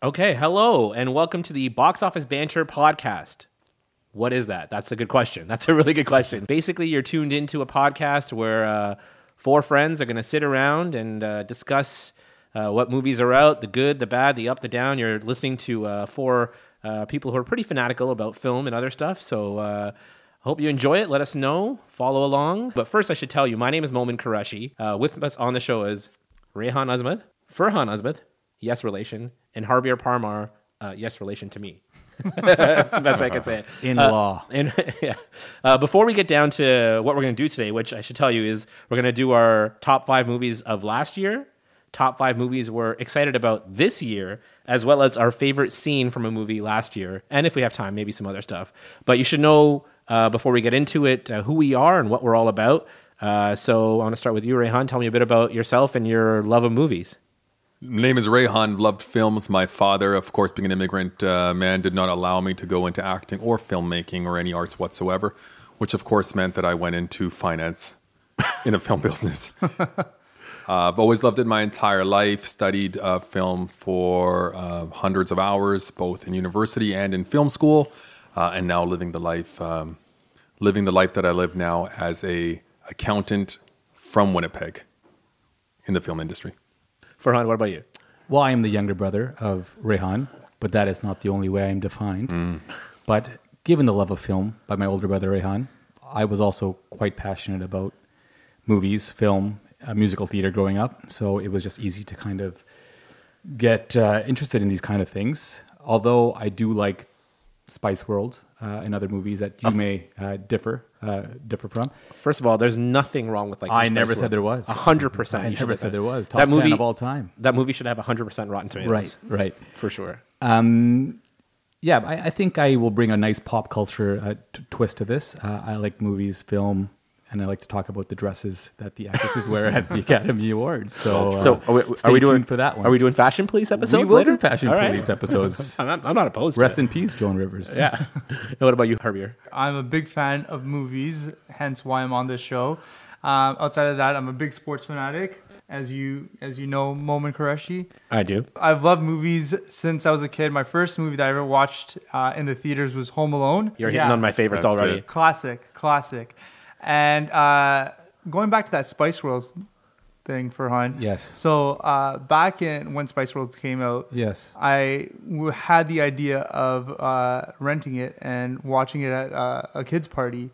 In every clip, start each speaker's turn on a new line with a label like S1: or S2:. S1: Okay, hello, and welcome to the Box Office Banter podcast. What is that? That's a good question. That's a really good question. Basically, you're tuned into a podcast where uh, four friends are going to sit around and uh, discuss uh, what movies are out the good, the bad, the up, the down. You're listening to uh, four uh, people who are pretty fanatical about film and other stuff. So, uh, Hope you enjoy it. Let us know. Follow along. But first, I should tell you, my name is Momin Qureshi. Uh, with us on the show is Rehan Azmad, Furhan Azmad, yes relation, and Harbir Parmar, uh, yes relation to me. That's the best way I can say it.
S2: In
S1: Uh,
S2: law.
S1: And yeah. Uh, before we get down to what we're going to do today, which I should tell you is we're going to do our top five movies of last year, top five movies we're excited about this year, as well as our favorite scene from a movie last year, and if we have time, maybe some other stuff. But you should know uh, before we get into it uh, who we are and what we're all about. Uh, so I want to start with you, Rehan. Tell me a bit about yourself and your love of movies.
S3: name is Rayhan. Loved films. My father, of course, being an immigrant uh, man, did not allow me to go into acting or filmmaking or any arts whatsoever, which of course meant that I went into finance in a film business. uh, I've always loved it my entire life. Studied uh, film for uh, hundreds of hours, both in university and in film school, uh, and now living the life, um, living the life that I live now as a accountant from Winnipeg in the film industry.
S1: Furhan, what about you?
S2: Well, I am the younger brother of Rehan, but that is not the only way I am defined. But given the love of film by my older brother Rehan, I was also quite passionate about movies, film, uh, musical theater growing up. So it was just easy to kind of get uh, interested in these kind of things. Although I do like Spice World uh, and other movies that you may uh, differ uh, differ from.
S1: First of all, there's nothing wrong with like.
S2: I
S1: Spice
S2: never
S1: World.
S2: said there was.
S1: A hundred percent.
S2: I
S1: you should
S2: never
S1: have
S2: said there was. Top 10 of all time.
S1: That movie should have a hundred percent Rotten Tomatoes.
S2: right.
S1: for sure.
S2: Um, Yeah, I, I think I will bring a nice pop culture uh, t- twist to this. Uh, I like movies, film, and I like to talk about the dresses that the actresses wear at the Academy Awards. So, uh,
S1: so are we,
S2: stay
S1: are we doing
S2: tuned for that one?
S1: Are we doing Fashion Police
S2: We
S1: episodes?
S2: will
S1: later?
S2: do Passion
S1: All right.
S2: Police episodes.
S1: I'm not, I'm not opposed. to
S2: Rest
S1: it.
S2: in peace, Joan Rivers.
S1: Yeah. now, what about you, Harbier?
S4: I'm a big fan of movies, hence why I'm on this show. Um, outside of that, I'm a big sports fanatic, as you as you know, Momin Qureshi.
S1: I do.
S4: I've loved movies since I was a kid. My first movie that I ever watched uh, in the theaters was Home Alone.
S1: You're hitting on my favorites
S3: That's
S1: already.
S3: it.
S4: classic, classic. And uh, going back to that Spice World thing for Hunt.
S2: Yes.
S4: So uh, back in when Spice World came out,
S2: Yes.
S4: I w- had the idea of uh, renting it and watching it at uh, a kids' party,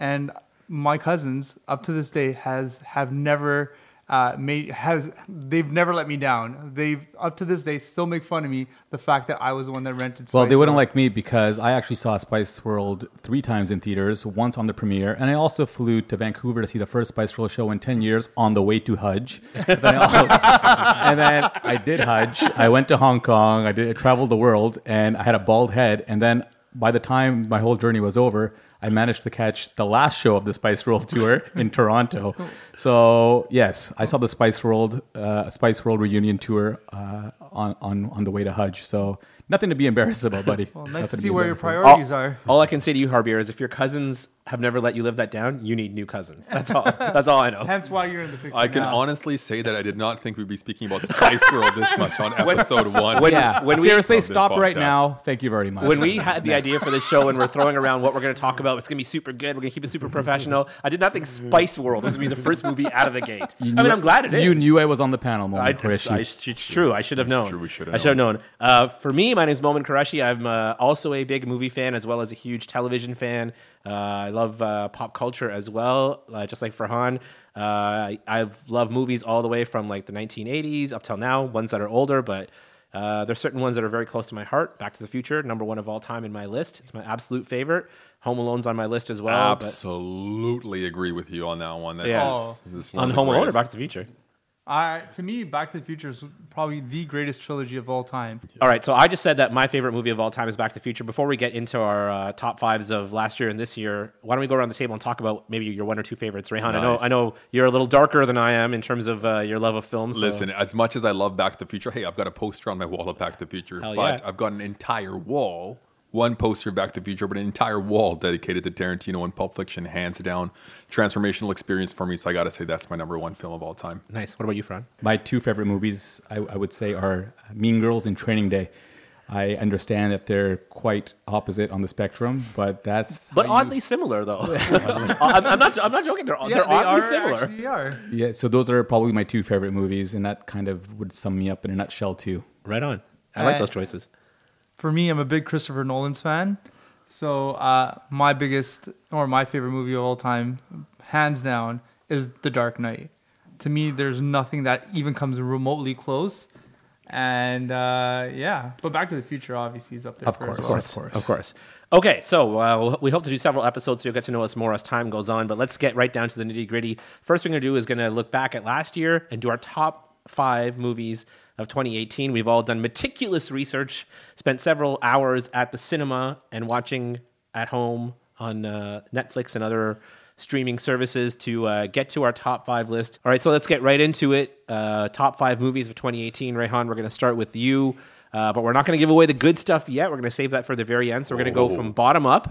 S4: and my cousins up to this day has have never uh, made has they've never let me down. They've up to this day still make fun of me the fact that I was the one that rented. Spice
S2: Well, they wouldn't
S4: World.
S2: like me because I actually saw Spice World three times in theaters, once on the premiere, and I also flew to Vancouver to see the first Spice World show in 10 years on the way to Hajj. But then I also- and then I did Hajj. I went to Hong Kong. I, did, I traveled the world, and I had a bald head. And then by the time my whole journey was over, I managed to catch the last show of the Spice World tour in Toronto. So yes, I saw the Spice World uh, Spice World reunion tour uh, on, on on the way to Hajj. So nothing to be embarrassed about, buddy.
S4: Well, nice
S2: Nothing
S4: to
S2: be
S4: see where your
S2: embarrassed about.
S1: All,
S4: priorities are.
S1: all I can say to you, Harbier, is if your cousins have never let you live that down, you need new cousins. That's all. That's all I know.
S4: Hence why you're in the picture.
S3: I can
S4: now.
S3: honestly say that I did not think we'd be speaking about Spice World this much on episode one.
S2: Yeah.
S1: When we-
S2: Seriously,
S3: Of this
S2: stop right
S3: podcast.
S2: now. Thank you very much.
S1: When we had the idea for this show and we're throwing around what we're going to talk about, it's going to be super good. We're going to keep it super professional. I did not think Spice World was going to be the first movie out of the gate. I mean, I'm glad it is.
S2: you knew I was on the panel,
S1: I,
S2: moment,
S1: it's,
S2: Qureshi.
S1: I- it's true. I should have known.
S3: true. We should have
S1: I should have known. Uh, for me, my name is Momin Qureshi. I'm uh, also a big movie fan as well as a huge television fan. Uh, I love uh, pop culture as well, uh, just like Farhan. Uh, I, I've loved movies all the way from like the 1980s up till now, ones that are older, but uh, there's certain ones that are very close to my heart. Back to the Future, number one of all time in my list. It's my absolute favorite. Home Alone's on my list as well. Oh, but- Oh.
S3: Absolutely agree with you on that one. That's
S1: Yeah.
S3: just- this is one
S1: on
S3: of the
S1: Home Alone or
S3: greatest.
S1: Back to the Future?
S4: I, to me, Back to the Future is probably the greatest trilogy of all time.
S1: All right, so I just said that my favorite movie of all time is Back to the Future. Before we get into our uh, top fives of last year and this year, why don't we go around the table and talk about maybe your one or two favorites? Rayhan, I know
S3: Nice.
S1: I know you're a little darker than I am in terms of uh, your love of films. so-
S3: Listen, as much as I love Back to the Future, hey, I've got a poster on my wall of Back to the Future,
S1: Hell
S3: but
S1: yeah.
S3: I've got an entire wall one poster of Back to the Future, but an entire wall dedicated to Tarantino and Pulp Fiction, hands down. Transformational experience for me, so I gotta say that's my number one film of all time.
S1: Nice. What about you, Fran?
S2: My two favorite movies, I, I would say, are Mean Girls and Training Day. I understand that they're quite opposite on the spectrum, but that's
S1: But
S2: how you-
S1: oddly similar, though. I'm, I'm not. I'm not joking. They're,
S4: Yeah,
S1: Oh, they're
S4: they
S1: oddly
S4: are,
S1: similar.
S4: actually are.
S2: yeah. So those are probably my two favorite movies, and that kind of would sum me up in a nutshell too.
S1: Right on. I like
S4: Uh,
S1: those choices.
S4: For me, I'm a big Christopher Nolan's fan. So uh, my biggest or my favorite movie of all time, hands down, is The Dark Knight. To me, there's nothing that even comes remotely close. And uh, yeah, but Back to the Future obviously is up there.
S2: Of
S4: first.
S2: course, of course.
S1: Of course. Okay, so uh, we hope to do several episodes so you'll get to know us more as time goes on, but let's get right down to the nitty gritty. First thing we're going to do is going to look back at last year and do our top five movies of 2018. We've all done meticulous research, spent several hours at the cinema and watching at home on uh, Netflix and other streaming services to uh, get to our top five list. All right, so let's get right into it. Uh, top five movies of 2018. Rayhan, we're going to start with you, uh, but we're not going to give away the good stuff yet. We're going to save that for the very end. So we're going to go from bottom up.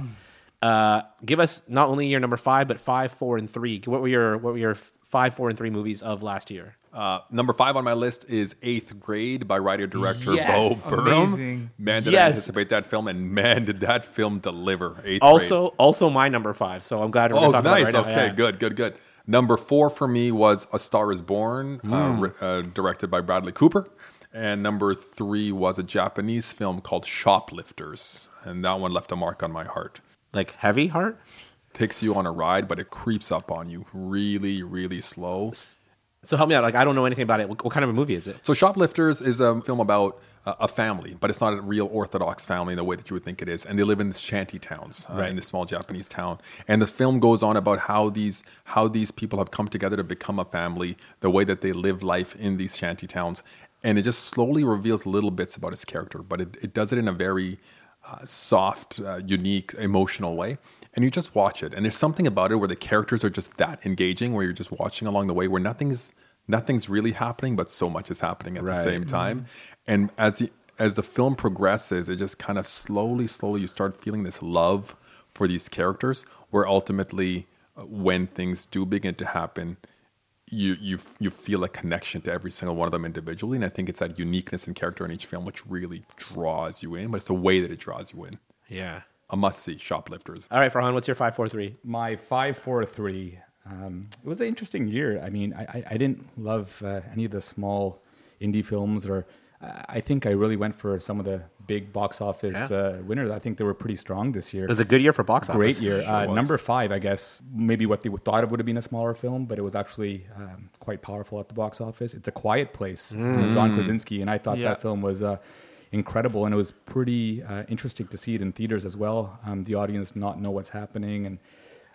S1: Uh, give us not only your number five, but five, four, and three. What were your what were your five, four, and three movies of last year?
S3: Uh, number five on my list is Eighth Grade by writer director
S1: Yes.
S3: Bo Burnham.
S4: Amazing.
S3: Man, did I
S1: Yes.
S3: anticipate that film, and man, did that film deliver. Eighth Grade.
S1: Also, also my number five. So I'm glad we're
S3: Oh,
S1: talking
S3: nice.
S1: about it right
S3: okay,
S1: now. Yeah.
S3: good, good, good. Number four for me was A Star Is Born,
S1: Hmm.
S3: uh, ri- uh, directed by Bradley Cooper. And number three was a Japanese film called Shoplifters. And that one left a mark on my heart.
S1: Like heavy heart.
S3: Takes you on a ride, but it creeps up on you really, really slow.
S1: So help me out. Like I don't know anything about it. What, what kind of a movie is it?
S3: So, Shoplifters is a film about uh, a family, but it's not a real Orthodox family in the way that you would think it is. And they live in these shanty towns, uh, in this small Japanese town. And the film goes on about how these how these people have come together to become a family, the way that they live life in these shanty towns, and it just slowly reveals little bits about his character. But it, it does it in a very uh, soft, uh, unique, emotional way. And you just watch it. And there's something about it where the characters are just that engaging, where you're just watching along the way, where nothing's nothing's really happening, but so much is happening at the same time. And as the as the film progresses, it just kind of slowly, slowly you start feeling this love for these characters, where ultimately, uh, when things do begin to happen, you you you feel a connection to every single one of them individually, and I think it's that uniqueness and character in each film which really draws you in. But it's the way that it draws you in.
S1: Yeah.
S3: A must see, Shoplifters.
S1: All right, Farhan. What's your five, four, three?
S2: my five four three. Um, it was an interesting year. I mean, I, I, I didn't love uh, any of the small indie films, or I I think I really went for some of the big box office
S1: Yeah.
S2: uh, winners. I think they were pretty strong this year.
S1: It was a good year for box office.
S2: Great year. uh,
S3: was.
S2: number five, I guess, maybe what they thought it would have been a smaller film, but it was actually um, quite powerful at the box office. It's A Quiet Place,
S1: Mm.
S2: with John Krasinski, and I thought
S4: Yeah.
S2: that film was uh, incredible, and it was pretty uh, interesting to see it in theaters as well. Um, the audience not know what's happening, and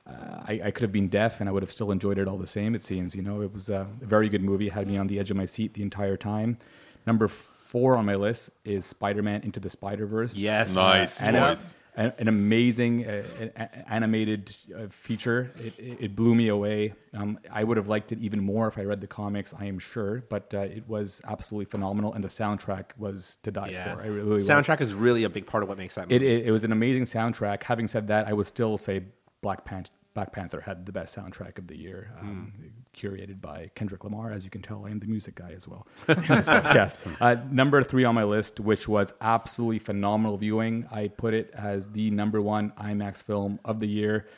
S2: uh, I, I could have been deaf, and I would have still enjoyed it all the same. It seems, you know, it was a very good movie. It had me on the edge of my seat the entire time. Number four on my list is Spider-Man: Into the Spider-Verse.
S1: Yes. uh,
S3: Nice
S2: An-
S3: choice.
S2: An, an amazing uh, a- a- animated uh, feature. It, it it blew me away. Um, I would have liked it even more if I read the comics, I am sure. But uh, it was absolutely phenomenal, and the soundtrack was to die
S1: Yeah.
S2: for. I really was.
S1: Soundtrack is really a big part of what makes that
S2: It,
S1: movie.
S2: it, it was an amazing soundtrack. Having said that, I would still say Black, Pan- Black Panther had the best soundtrack of the year, um,
S1: Hmm.
S2: curated by Kendrick Lamar. As you can tell, I am the music guy as well on this podcast. Uh, number three on my list, which was absolutely phenomenal viewing. I put it as the number one IMAX film of the year.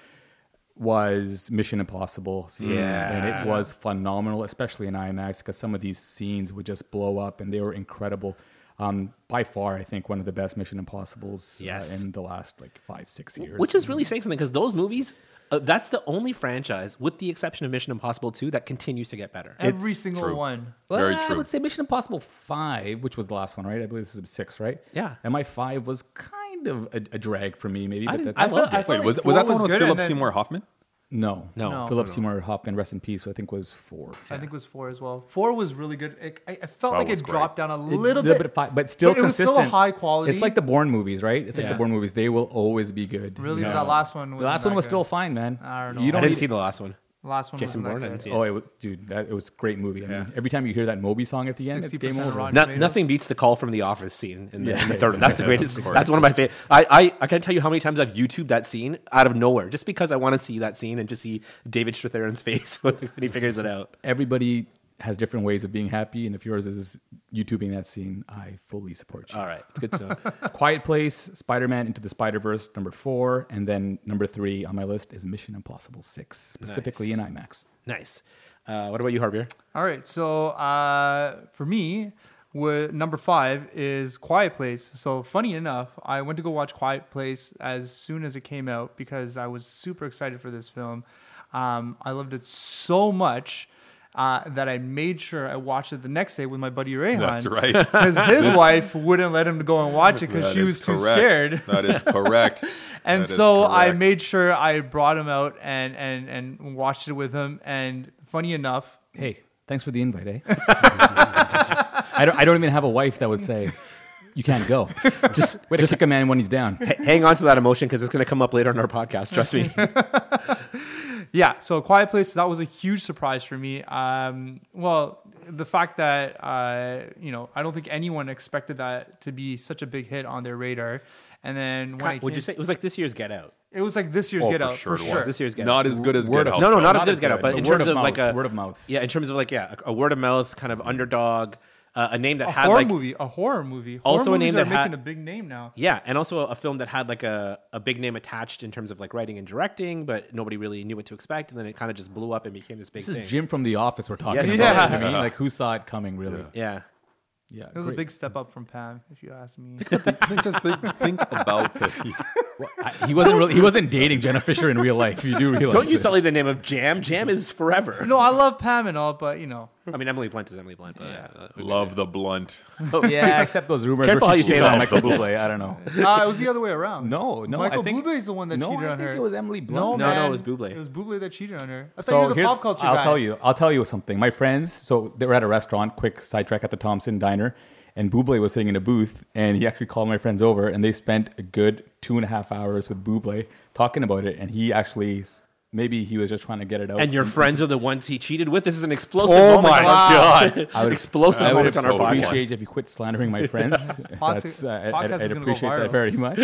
S2: Was Mission Impossible six, and it was phenomenal, especially in IMAX, because some of these scenes would just blow up, and they were incredible. Um, by far, I think one of the best Mission Impossibles uh,
S1: Yes.
S2: in the last like five, six years.
S1: Which is really saying something because those movies, uh, that's the only franchise, with the exception of Mission Impossible 2, that continues to get better.
S4: Every
S2: It's
S4: single
S3: true.
S4: one.
S2: Well,
S3: Very
S2: I
S3: true.
S2: would say Mission Impossible Five, which was the last one, right? I believe this is six, right?
S1: Yeah.
S2: And my five was kind of a, a drag for me, maybe.
S1: I
S2: But
S1: didn't-
S2: that's
S1: I loved
S4: felt-
S1: it.
S4: felt
S3: Wait,
S4: like
S3: was, it-
S4: four
S3: was that the one with
S4: good, and
S3: Philip
S4: then-
S3: Seymour Hoffman?
S2: no,
S1: No. No,
S2: Philip Seymour Hoffman, rest in peace. I think was four.
S4: I think it was four as well. Four was really good. It, I, I felt
S3: Four
S4: like
S3: was
S4: it
S3: great.
S4: dropped down a
S2: It-
S4: little
S2: little
S4: bit,
S2: bit fi- but still
S4: but it was
S2: consistent.
S4: still high quality.
S2: It's like the Bourne movies, right? It's like
S1: Yeah.
S2: the Bourne movies. They will always be good.
S4: Really,
S2: No.
S4: that last one was
S2: the last one
S4: not
S2: was
S4: good.
S2: still fine, man.
S4: I don't
S2: You
S4: know.
S1: I
S2: don't
S1: didn't
S2: need-
S1: see the last one.
S4: The last one
S1: Jason
S4: wasn't
S1: Bourne, I
S4: that
S1: didn't
S4: good.
S1: see
S2: Oh, it was, dude, that it was a great movie. I mean, every time you hear that Moby song at the end, it's game
S4: 60%
S2: over.
S4: Rotten
S1: No,
S4: Tomatoes.
S1: nothing beats the call from the office scene in the,
S2: Yeah,
S1: in the third one. That's the
S3: exactly.
S1: greatest.
S3: Of course.
S1: That's one of my favorite. I, I I can't tell you how many times I've YouTubed that scene out of nowhere just because I want to see that scene and just see David Strathairn's face when he figures it out.
S2: Everybody has different ways of being happy, and if yours is YouTubing that scene, I fully support you.
S1: All right, it's good to know.
S2: Quiet Place, Spider Man Into the Spider Verse, number four, and then number three on my list is Mission Impossible Six, specifically
S1: Nice.
S2: in IMAX.
S1: nice. Uh, what about you, Harbier?
S4: All right. So uh, for me, wa- number five is Quiet Place. So funny enough, I went to go watch Quiet Place as soon as it came out because I was super excited for this film. Um, I loved it so much. Uh, that I made sure I watched it the next day with my buddy Rayhan.
S3: That's right.
S4: Because his wife wouldn't let him go and watch it because
S3: That
S4: she
S3: is
S4: was too
S3: correct.
S4: scared.
S3: That is correct.
S4: and
S3: That is
S4: so I
S3: correct.
S4: made sure I brought him out and and and watched it with him. And funny enough,
S2: Hey, thanks for the invite, eh? I, don't, I don't even have a wife that would say, you can't go. Just, way to kick a man when he's down.
S1: H- hang on to that emotion because it's going to come up later in our podcast. Trust me.
S4: yeah. So Quiet Place that was a huge surprise for me. Um, well, the fact that uh, you know I don't think anyone expected that to be such a big hit on their radar. And then when I
S1: Would
S4: came-
S1: you say it was like this year's Get Out?
S4: it was like this year's
S3: Oh,
S4: Get
S3: for
S4: Out
S3: sure
S4: for
S3: it
S4: sure?
S3: was.
S1: This year's Get
S3: Not
S1: Out.
S3: as good as Get Out.
S1: No, no, not
S2: Not
S1: as good
S2: as
S1: as Get Out,
S2: good,
S1: but
S2: but
S1: in
S2: word
S1: terms
S2: of
S1: of,
S2: mouth,
S1: like a
S2: word of mouth.
S1: Yeah, in terms of like yeah, a, a word of mouth kind of underdog, uh, a name that
S4: A
S1: had
S4: horror
S1: like
S4: movie, a horror movie. Horror
S1: Also a
S4: movies
S1: name
S4: are
S1: that had-
S4: making a big name now.
S1: Yeah, and also a film that had like a, a big name attached in terms of like writing and directing, but nobody really knew what to expect, and then it kind of just blew up and became this big
S2: This
S1: thing.
S2: is Jim from The Office we're talking
S1: Yes.
S2: about.
S4: Yeah.
S2: I mean, like, who saw it coming, really? Yeah.
S1: yeah,
S4: It was
S2: great.
S4: a big step up from Pam, if you ask me.
S3: Think- just think, think about the
S2: I- he wasn't really, he wasn't dating Jenna Fisher in real life. You do realize
S1: don't you
S2: this.
S1: sully the name of Jam? Jam is forever.
S4: no, I love Pam and all, but you know,
S1: I mean, Emily Blunt is Emily Blunt. But yeah, uh,
S3: love the blunt.
S2: Yeah, except those rumors.
S1: Careful how
S2: where she
S1: you say
S2: cheated
S1: that.
S2: on Michael Bublé. I don't know.
S4: uh, it was the other way around.
S2: No, no.
S4: Michael
S2: I think,
S4: Bublé is the one that
S2: no,
S4: cheated
S2: I
S4: on
S2: think
S4: her.
S2: it was Emily Blunt.
S4: No,
S1: No, no,
S4: man.
S1: it was Bublé.
S4: It was Buble that cheated on her. I thought
S2: So
S4: you were the
S2: here's-
S4: pop culture
S2: I'll
S4: guy.
S2: tell you. I'll tell you something. My friends. So they were at a restaurant. Quick sidetrack at the Thompson Diner, and Buble was sitting in a booth, and he actually called my friends over, and they spent a good two and a half hours with Buble talking about it, and he actually maybe he was just trying to get it out.
S1: and your friends are the ones he cheated with. This is an explosive.
S3: Oh
S1: moment
S3: my
S1: on our-
S3: God.
S2: I would-
S1: explosive
S2: I would
S1: moment on our
S3: so
S1: podcast.
S2: appreciate if you quit slandering my friends. That's, uh,
S4: podcast
S2: I'd,
S4: is
S2: I'd
S4: gonna go
S2: appreciate that
S4: viral.
S2: very much.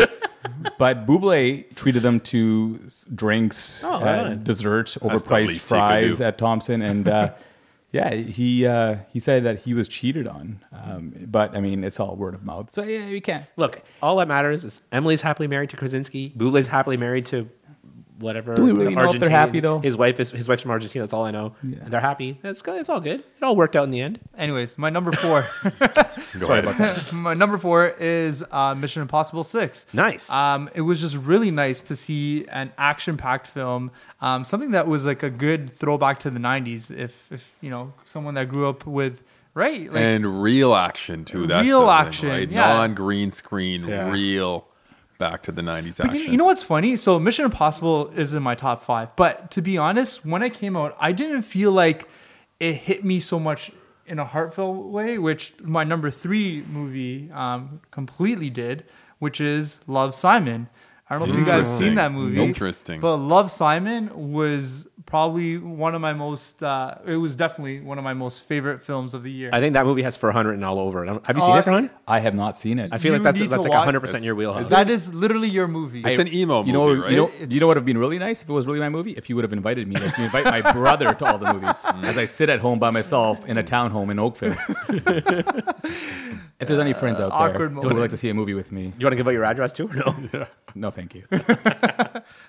S2: but Buble treated them to s- drinks,
S1: Oh, right
S2: uh,
S1: on.
S2: desserts,
S3: That's the
S2: overpriced
S3: least he could
S2: fries
S3: do.
S2: at Thompson, and uh, yeah, he uh, he said that he was cheated on. Um, but I mean, it's all word of mouth, so yeah, you can't.
S1: Look, all that matters is Emily's happily married to Krasinski. Buble's happily married to whatever.
S2: Do we really know if they're
S1: Argentinian.
S2: happy, though?
S1: His wife is his wife's from Argentina. That's all I know.
S2: Yeah.
S1: And they're happy. It's good. It's all good. It all worked out in the end.
S4: Anyways, my number four.
S3: Go
S2: Sorry
S3: ahead.
S2: about that.
S4: my number four is uh, Mission Impossible Six.
S1: Nice.
S4: Um, it was just really nice to see an action-packed film, um, something that was like a good throwback to the '90s. If, if you know, someone that grew up with right, like,
S3: and real action too. That's
S4: Real
S3: the thing,
S4: action,
S3: right?
S4: yeah.
S3: Non-green screen,
S1: Yeah.
S3: real. Back to the '90s
S4: But
S3: action.
S4: you- You, know what's funny? So Mission Impossible is in my top five, but to be honest, when I came out, I didn't feel like it hit me so much in a heartfelt way, which my number three movie um, completely did, which is Love Simon. I don't know if you guys have seen
S3: Interesting.
S4: that movie.
S3: Interesting.
S4: But Love Simon was probably one of my most. Uh, it was definitely one of my most favorite films of the year.
S1: I think that movie has for hundred and all over. it. I don't- Have you seen
S4: Uh,
S1: it for hundred?
S2: I have not seen it.
S1: I feel
S4: you
S1: like that's
S4: need
S1: that's
S4: to
S1: like
S4: watch-
S1: hundred percent your wheelhouse.
S4: that is literally your movie.
S3: it's an emo
S2: you know,
S3: movie,
S2: what-
S3: right?
S2: you know,
S4: It-
S2: you know what would have been really nice if it was really my movie. If you would have invited me, if you invite my brother to all the movies, as I sit at home by myself in a townhome in Oakville. if there's any friends out there
S4: awkward
S2: that would
S4: moment.
S2: like to see a movie with me,
S1: Do you want to give out your address too? or No.
S2: no, thank you.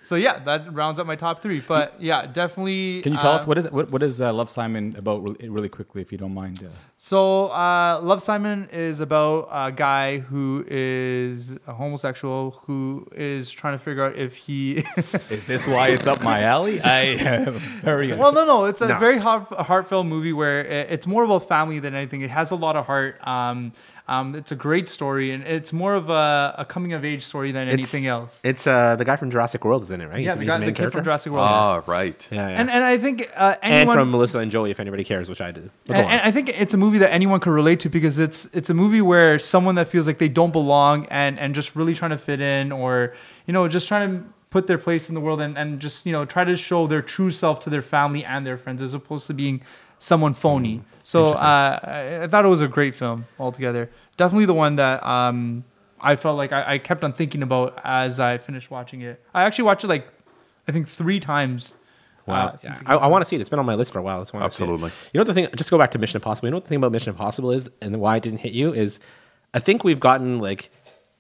S4: so yeah, that rounds up my top three. But yeah, definitely.
S2: Can you tell
S4: uh,
S2: us what is what, what is uh, Love Simon about really, really quickly, if you don't mind? Uh,
S4: So, uh, Love Simon is about a guy who is a homosexual who is trying to figure out if he.
S2: is this why it's up my alley? I am very
S4: well, no, no, it's a
S1: No.
S4: very heart- heartfelt movie where i- it's more about family than anything. It has a lot of heart. Um, um, it's a great story, and it's more of a, a coming of age story than anything else.
S1: It's uh, the guy from Jurassic World is in it, right?
S4: yeah,
S1: He's
S4: the,
S1: he's
S4: guy,
S1: main
S4: the kid
S1: character?
S4: from Jurassic World.
S3: ah, right.
S1: Yeah, yeah.
S4: And and I think uh,
S1: And
S4: anyone
S1: from Melissa and Joey, if anybody cares, which I do. But go
S4: And,
S1: on.
S4: and I think it's a movie that anyone could relate to because it's it's a movie where someone that feels like they don't belong and and just really trying to fit in or you know just trying to put their place in the world and, and just you know try to show their true self to their family and their friends as opposed to being someone phony.
S1: Mm-hmm.
S4: So uh, I, I thought it was a great film altogether. Definitely the one that um, I felt like I, I kept on thinking about as I finished watching it. I actually watched it like I think three times.
S1: Wow.
S4: uh, since it
S1: I, I want to see it. It's been on my list for a while. That's why I wanna see it.
S3: Absolutely.
S1: You know what the thing? Just to go back to Mission Impossible. You know what the thing about Mission Impossible is, and why it didn't hit you is, I think we've gotten like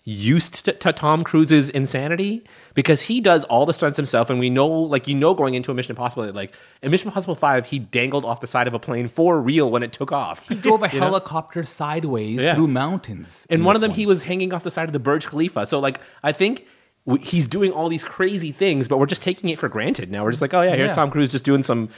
S1: used to, to Tom Cruise's insanity because he does all the stunts himself, and we know like you know going into a Mission Impossible that, like in Mission Impossible Five he dangled off the side of a plane for real when it took off.
S2: drove a helicopter sideways
S1: Yeah.
S2: through mountains.
S1: And
S2: in
S1: one
S2: this
S1: of them, he was hanging off the side of the Burj Khalifa. So, like, I think w- he's doing all these crazy things, but we're just taking it for granted now. We're just like, oh yeah, here's
S4: Yeah.
S1: Tom Cruise just doing some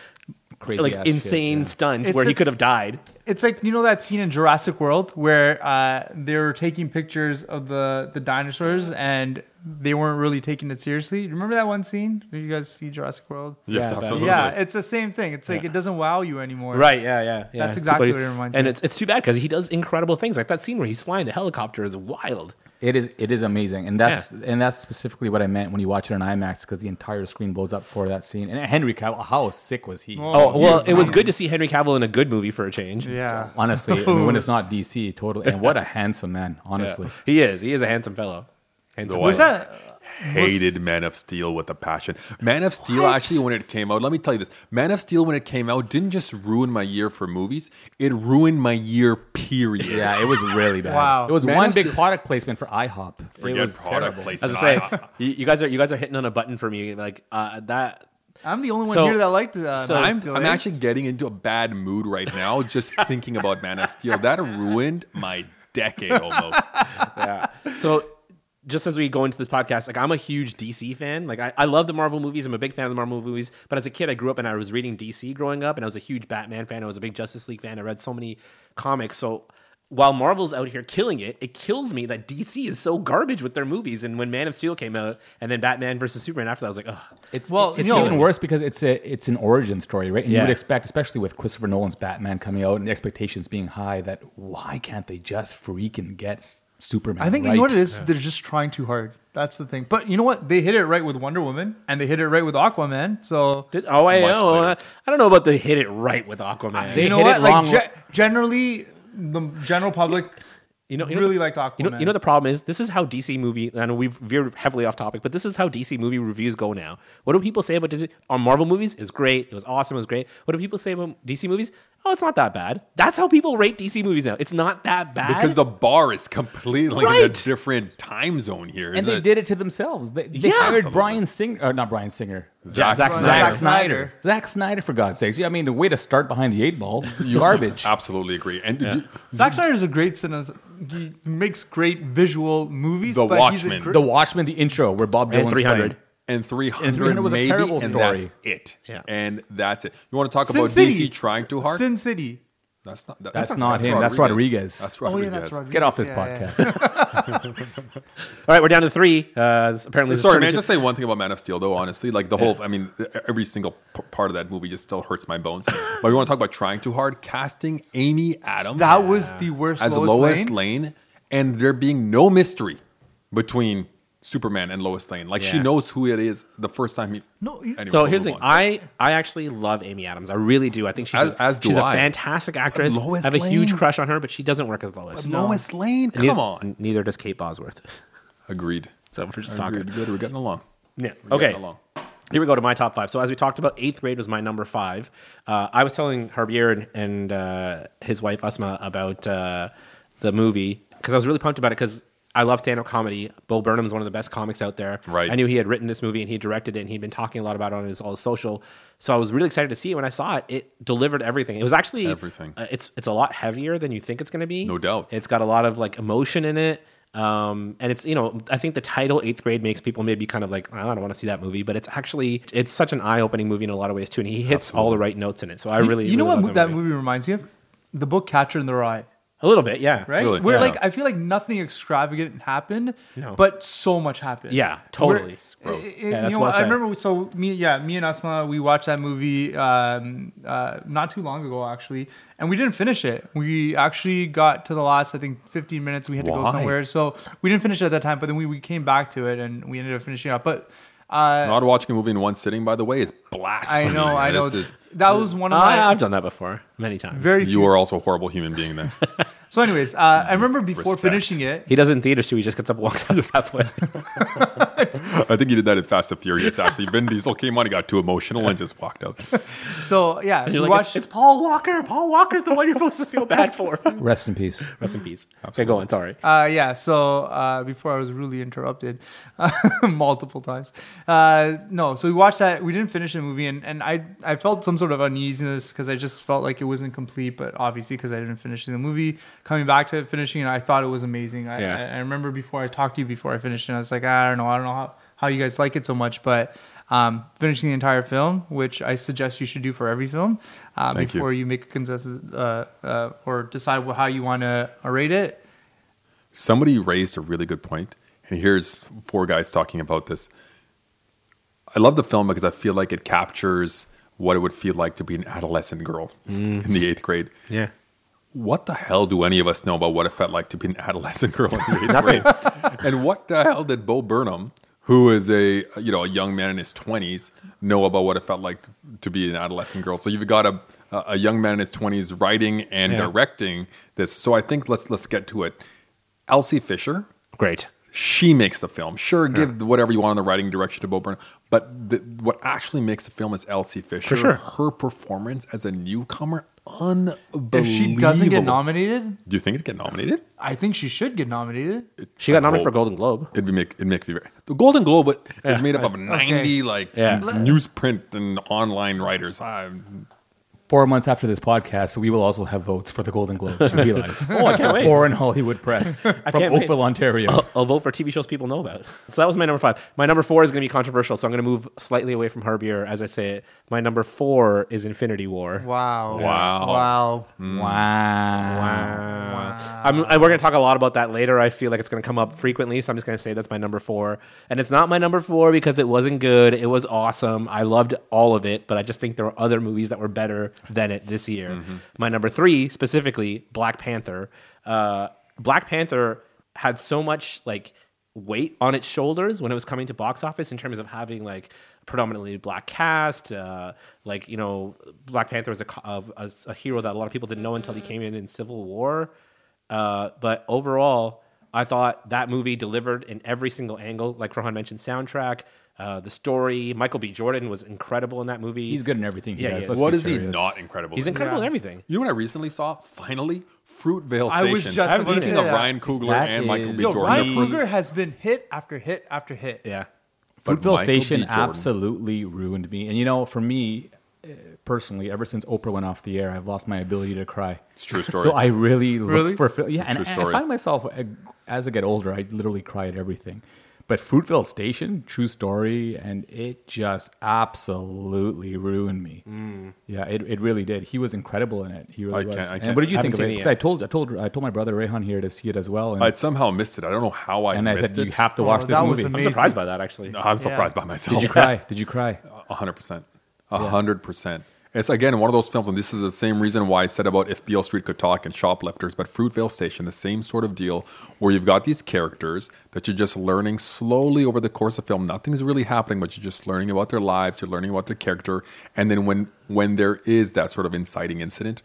S2: Crazy
S1: crazy, like,
S2: ass shit,
S1: insane
S2: yeah.
S1: stunt
S4: It's-
S1: where he
S4: it's-
S1: could have died.
S4: It's like you know that scene in Jurassic World where uh, they were taking pictures of the, the dinosaurs and they weren't really taking it seriously. Remember that one scene? Did you guys see Jurassic World?
S3: Yes,
S2: Yeah,
S3: absolutely.
S4: Yeah, it's the same thing. It's like it doesn't wow you anymore.
S1: Right? Yeah, yeah, yeah.
S4: That's exactly
S1: But-
S4: what it reminds
S1: And
S4: me.
S1: it's it's too bad because he does incredible things. Like that scene where he's flying the helicopter is wild.
S2: It is it is amazing, and that's and that's specifically what I meant when you watch it on IMAX because the entire screen blows up for that scene. And Henry Cavill, how sick was he?
S4: Oh.
S1: Oh
S4: he
S1: well,
S4: was
S1: it was good to see Henry Cavill in a good movie for a change.
S4: Yeah.
S2: Honestly, I mean, when it's not DC, totally. And what a handsome man,
S1: Yeah.
S2: honestly.
S1: he is. He is a handsome fellow. Handsome.
S3: Though I
S4: Was that
S3: hated Man of Steel with a passion. Man of Steel, actually, when it came out, let me tell you this: Man of Steel, when it came out, didn't just ruin my year for movies; it ruined my year. Period.
S2: Yeah, it was really bad.
S4: Wow.
S2: It was
S3: Man
S2: one
S3: of
S2: big
S3: Steel-
S2: product placement for IHOP. it was
S3: Forget product
S2: terrible.
S1: I
S3: placement.
S1: was gonna
S3: I-
S1: say you, you guys are you guys are hitting on a button for me. Like uh, that.
S4: I'm the only one
S1: So-
S4: here that liked uh,
S1: so
S2: Oh,
S4: Man of
S3: I'm,
S4: Steel,
S3: I'm
S4: eh?
S3: actually getting into a bad mood right now just thinking about Man of Steel. That ruined my decade almost.
S1: yeah. So just as we go into this podcast, like I'm a huge DC fan. Like I, I love the Marvel movies. I'm a big fan of the Marvel movies. But as a kid, I grew up and I was reading DC growing up, and I was a huge Batman fan. I was a big Justice League fan. I read so many comics. So while Marvel's out here killing it, it kills me that DC is so garbage with their movies. And when Man of Steel came out, and then Batman versus Superman after that, I was like, oh,
S2: It's,
S4: Well,
S2: well, it's, it's
S4: you know-
S2: even worse because it's a it's an origin story, right? And
S1: Yeah.
S2: you would expect, especially with Christopher Nolan's Batman coming out and the expectations being high, that why can't they just freaking get S- Superman?
S4: I think
S2: right?
S4: you know what it is. They're just trying too hard. That's the thing. But you know what? They hit it right with Wonder Woman and they hit it right with Aquaman. So
S1: did, oh, I,
S3: Much
S1: oh,
S3: later.
S1: I I don't know about the hit it right with Aquaman.
S2: They
S4: you know
S2: hit
S4: what?
S2: it
S4: like
S2: wrong.
S4: ge- generally, the general public
S1: you know, you know
S4: really
S1: the-
S4: liked Aquaman.
S1: You know, you know the problem is this is how DC movie. And we've veered heavily off topic, but this is how DC movie reviews go now. What do people say about DC on Marvel movies? Is great. It was awesome. It was great. What do people say about DC movies? Oh, it's not that bad. That's how people rate DC movies now. It's not that bad
S3: Because the bar is completely in a
S1: Right.
S3: different time zone here.
S2: And they
S3: Isn't
S2: did it to themselves. They, they
S1: Yeah.
S2: hired
S3: Absolutely.
S2: Brian Singer, or not Brian Singer,
S3: Zack
S1: Zack
S3: Snyder.
S1: Snyder.
S2: Zack Snyder. Zack Snyder, for God's sakes. Yeah, I mean, the way to start behind the eight ball, garbage.
S3: Absolutely agree. And d-
S4: Zack Snyder is a great cinema. He makes great visual movies.
S3: The
S4: but He's a
S3: Watchmen.
S4: gr-
S2: the Watchmen, the intro, where Bob Dylan's
S1: and three hundred.
S2: playing.
S3: and 300,
S2: And 300 was a
S3: maybe,
S2: terrible
S3: and
S2: story.
S3: that's it.
S1: Yeah.
S3: And that's it. You want to talk
S4: Sin
S3: about
S4: City.
S3: DC trying too hard?
S4: Sin City.
S3: that's not that-
S2: That's not him. That's Rodriguez.
S3: That's
S4: Oh
S3: Rodriguez.
S4: yeah, that's Rodriguez.
S2: Get off this
S4: Yeah, yeah, yeah.
S2: podcast.
S1: All right, we're down to three. Uh, this- apparently, this
S3: Sorry,
S1: turned
S3: man.
S1: into-
S3: Just say one thing about Man of Steel, though. Honestly, like the whole—I mean, e-, every single p- part of that movie just still hurts my bones. but we want to talk about trying too hard. Casting Amy Adams
S4: That was the worst.
S3: as
S4: Lois,
S3: Lois
S4: Lane.
S3: Lane. and there being no mystery between Superman and Lois Lane. Like she
S1: Yeah.
S3: knows who it is the first time. He,
S4: No, you-
S3: Anyway,
S1: So
S3: we'll
S1: here's the
S3: move
S1: thing.
S3: on.
S1: I, I actually love Amy Adams. I really do. I think she's, a,
S3: As- as do
S1: she's a
S3: I.
S1: fantastic actress.
S3: Lois
S1: I have a huge
S3: Lane-
S1: crush on her, but she doesn't work as Lois.
S3: Lois Lane. Come
S1: Neither-
S3: on.
S1: Neither does Kate Bosworth.
S3: Agreed.
S1: So we're just talking.
S3: Agreed. Good. We're getting along.
S1: Yeah.
S3: We're
S1: Okay.
S3: getting along.
S1: Here we go to my top five. So as we talked about, eighth grade was my number five. Uh, I was telling Harbier and, and uh, his wife Asma about uh, the movie because I was really pumped about it because I love stand-up comedy. Bo Burnham is one of the best comics out there.
S3: Right.
S1: I knew he had written this movie and he directed it and he'd been talking a lot about it on his all his social. So I was really excited to see it. When I saw it, it delivered everything. It was actually
S3: Everything.
S1: uh, it's it's a lot heavier than you think it's going to be.
S3: No doubt.
S1: It's got a lot of like emotion in it. Um, and it's you know I think the title Eighth Grade makes people maybe kind of like I don't want to see that movie, but it's actually it's such an eye opening movie in a lot of ways too, and he hits all the right notes in it. So I really
S4: You know
S1: really love
S4: what mo- that movie reminds me of? The book Catcher in the Rye.
S1: a little bit yeah
S4: Right?
S3: Really?
S4: Where
S3: Yeah.
S4: like I feel like nothing extravagant happened,
S1: No.
S4: but so much happened.
S1: Yeah, totally.
S4: Where-
S1: It's gross.
S4: i- i-
S1: Yeah,
S4: you
S1: that's
S4: know
S1: well
S4: what? I
S1: said.
S4: remember. So me, yeah, me and Asma, we watched that movie um, uh, not too long ago actually, and we didn't finish it. We actually got to the last I think 15 minutes. We had to go
S3: Why?
S4: somewhere, so we didn't finish it at that time. But then we, we came back to it and we ended up finishing up. But
S3: Not watching a movie in one sitting, by the way, is blasphemy.
S4: I know, I know.
S3: This is-
S4: that was one of my
S1: I, I've done that before many times.
S4: very few.
S3: you are also a horrible human being. Then
S4: So, anyways, uh, I remember before
S3: Respect.
S4: finishing it,
S1: he does it in theater, so he just gets up and walks out the halfway.
S3: I think he did that in Fast and Furious. Actually, Vin Diesel came on, he got too emotional, and just walked out.
S4: so yeah, we
S1: You're like,
S4: watched.
S1: it's, it's Paul Walker. Paul Walker's the one you're supposed to feel bad for.
S2: Rest in peace.
S1: Rest in peace. Okay, go on. Sorry.
S4: Uh, yeah, so uh, before I was rudely interrupted multiple times. Uh, no, so we watched that. We didn't finish the movie, and, and I I felt some sort of uneasiness because I just felt like it wasn't complete. But obviously, because I didn't finish the movie, coming back to it, finishing it, I thought it was amazing. I,
S1: Yeah.
S4: I, I remember before I talked to you before I finished it, I was like, "Ah, I don't know, I don't know how, how you guys like it so much, but um, finishing the entire film, which I suggest you should do for every film uh,
S3: Thank you.
S4: before you. make a consensus uh, uh, or decide wh- how you want to rate it.
S3: Somebody raised a really good point, and here's four guys talking about this. I love the film because I feel like it captures what it would feel like to be an adolescent girl in the eighth grade.
S1: Yeah.
S3: What the hell do any of us know about what it felt like to be an adolescent girl in the eighth
S1: Nothing.
S3: and what the hell did Bo Burnham, who is a you know a young man in his twenties, know about what it felt like t- to be an adolescent girl? So you've got a a young man in his twenties writing and
S1: Yeah.
S3: directing this. So I think let's let's get to it. Elsie Fisher,
S1: Great.
S3: she makes the film. Sure, give whatever you want in the writing direction to Bo Burnham, but the, what actually makes the film is Elsie Fisher.
S1: sure.
S3: Her performance as a newcomer, unbelievable.
S4: If she doesn't get nominated,
S3: do you think it'd get nominated?
S4: I think she should get nominated.
S1: She got nominated
S3: hope.
S1: for Golden Globe.
S3: It'd be make it'd make me very, the Golden Globe but is made up of ninety like
S1: Yeah.
S3: newsprint and online writers. I,
S2: Four months after this podcast, we will also have votes for the Golden Globes. You realize?
S1: Oh, I can't wait.
S2: Foreign Hollywood Press from
S1: can't wait. Uh,
S2: Oakville, Ontario.
S1: I'll vote for TV shows people know about. So that was my number five. My number four is going to be controversial, so I'm going to move slightly away from Harbier as I say it. My number four is Infinity War.
S4: Wow.
S3: Wow.
S4: Wow.
S2: Mm. Wow.
S1: Wow. I'm, I, we're going to talk a lot about that later. I feel like it's going to come up frequently, so I'm just going to say that's my number four. And it's not my number four because it wasn't good. It was awesome. I loved all of it, but I just think there were other movies that were better than it this year. My number three, specifically, Black Panther. Uh, Black Panther had so much like weight on its shoulders when it was coming to box office in terms of having like predominantly black cast uh, like you know black panther was a, co- of- a, a hero that a lot of people didn't know until he came in in civil war uh, but overall, I thought that movie delivered in every single angle. Like Rohan mentioned, soundtrack, uh, the story. Michael B. Jordan was incredible in that movie.
S2: He's good in everything. He
S1: Yeah,
S2: does.
S1: yeah.
S2: Let's
S3: What
S2: be
S3: is he
S2: serious.
S3: not incredible?
S1: He's
S3: in?
S1: incredible in
S4: Yeah.
S1: everything.
S3: You know what I recently saw? Finally, Fruitvale Station.
S4: I was just
S3: I'm
S4: about to
S3: thinking
S4: say
S3: of
S4: that.
S3: Ryan Coogler
S2: That
S3: and Michael B.
S2: is- Yo,
S3: Jordan.
S4: Ryan
S3: The
S4: Coogler has been hit after hit after hit.
S1: Yeah.
S3: But
S2: Fruitville
S3: Michael B.
S2: Station
S3: Jordan.
S2: absolutely ruined me. And you know, for me uh, personally, ever since Oprah went off the air, I've lost my ability to cry.
S3: It's a true story.
S2: So I really look
S4: Really?
S2: for fil- yeah, and,
S3: true
S2: and I
S3: story.
S2: find myself uh, as I get older, I literally cry at everything. But Fruitville Station, true story, and it just absolutely ruined me. Yeah, it, it really did. He was incredible in it. He really
S3: Mm. I
S2: was.
S3: can't- I
S2: And
S3: can't-
S2: what did you
S1: I
S2: think of
S1: haven't
S2: it?
S1: seen it
S2: 'Cause
S1: yet.
S2: I told I told I told my brother Rehan here to see it as well, and,
S3: I'd somehow missed it. I don't know how I
S2: and I
S3: missed
S2: said you
S3: it.
S2: have to
S4: Oh,
S2: watch this
S4: that was
S2: movie.
S1: I'm
S4: amazing.
S1: surprised by that, actually.
S3: I'm surprised
S4: Yeah.
S3: by myself.
S2: Did you cry? Did you cry?
S3: A hundred percent. A hundred percent. It's again one of those films, and this is the same reason why I said about if Beale Street could talk and shoplifters, but Fruitvale Station, the same sort of deal where you've got these characters that you're just learning slowly over the course of film. Nothing's really happening, but you're just learning about their lives, you're learning about their character, and then when when there is that sort of inciting incident,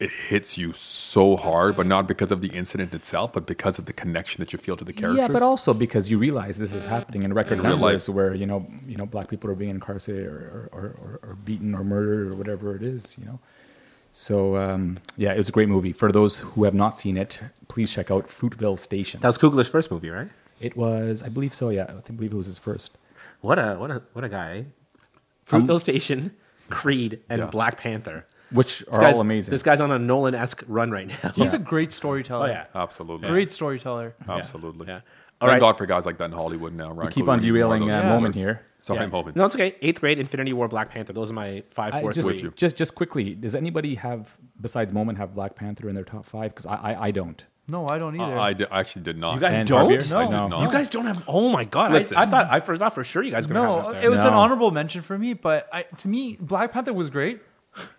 S3: it hits you so hard, but not because of the incident itself, but because of the connection that you feel to the characters.
S2: Yeah, but also because you realize this is happening in record
S3: In real
S2: numbers, where you know, you know, black people are being incarcerated or, or, or, or beaten or murdered or whatever it is, you know. So um, yeah, it's a great movie. For those who have not seen it, please check out Fruitville Station.
S1: That was Coogler's first movie, right?
S2: it was, I believe so. Yeah, I think believe it was his first.
S1: What a what a what a guy. Um, Fruitville Station, Creed, and
S3: Yeah.
S1: Black Panther.
S2: Which
S1: This
S2: are
S1: guy's-
S2: all amazing.
S1: This guy's on a Nolan esque run right now.
S4: He's a great storyteller.
S1: oh yeah.
S3: Uh, absolutely,
S4: Great storyteller.
S3: Uh, absolutely.
S1: Yeah. All
S3: Thank
S1: right.
S3: God for guys like that in Hollywood now. Right?
S2: keep on derailing uh,
S4: Yeah.
S2: moment here.
S3: Sorry,
S1: Yeah.
S3: moment.
S1: No, it's okay. Eighth grade, Infinity War, Black Panther. Those are my five,
S2: I-
S1: four,
S2: just,
S1: three.
S3: you.
S2: just just quickly, does anybody have besides Moment have Black Panther in their top five? Because I, I I don't.
S4: No, I don't either.
S3: uh, I I, d- I actually did not.
S1: You guys
S2: And
S1: don't?
S2: Javier?
S4: No.
S3: I did not.
S1: You guys don't have. Oh my god!
S3: Listen.
S1: I, I thought I for, thought for sure you guys were gonna have
S4: no,
S1: it up
S4: it
S1: there.
S4: was an
S2: No.
S4: honorable mention for me, but I, to me, Black Panther was great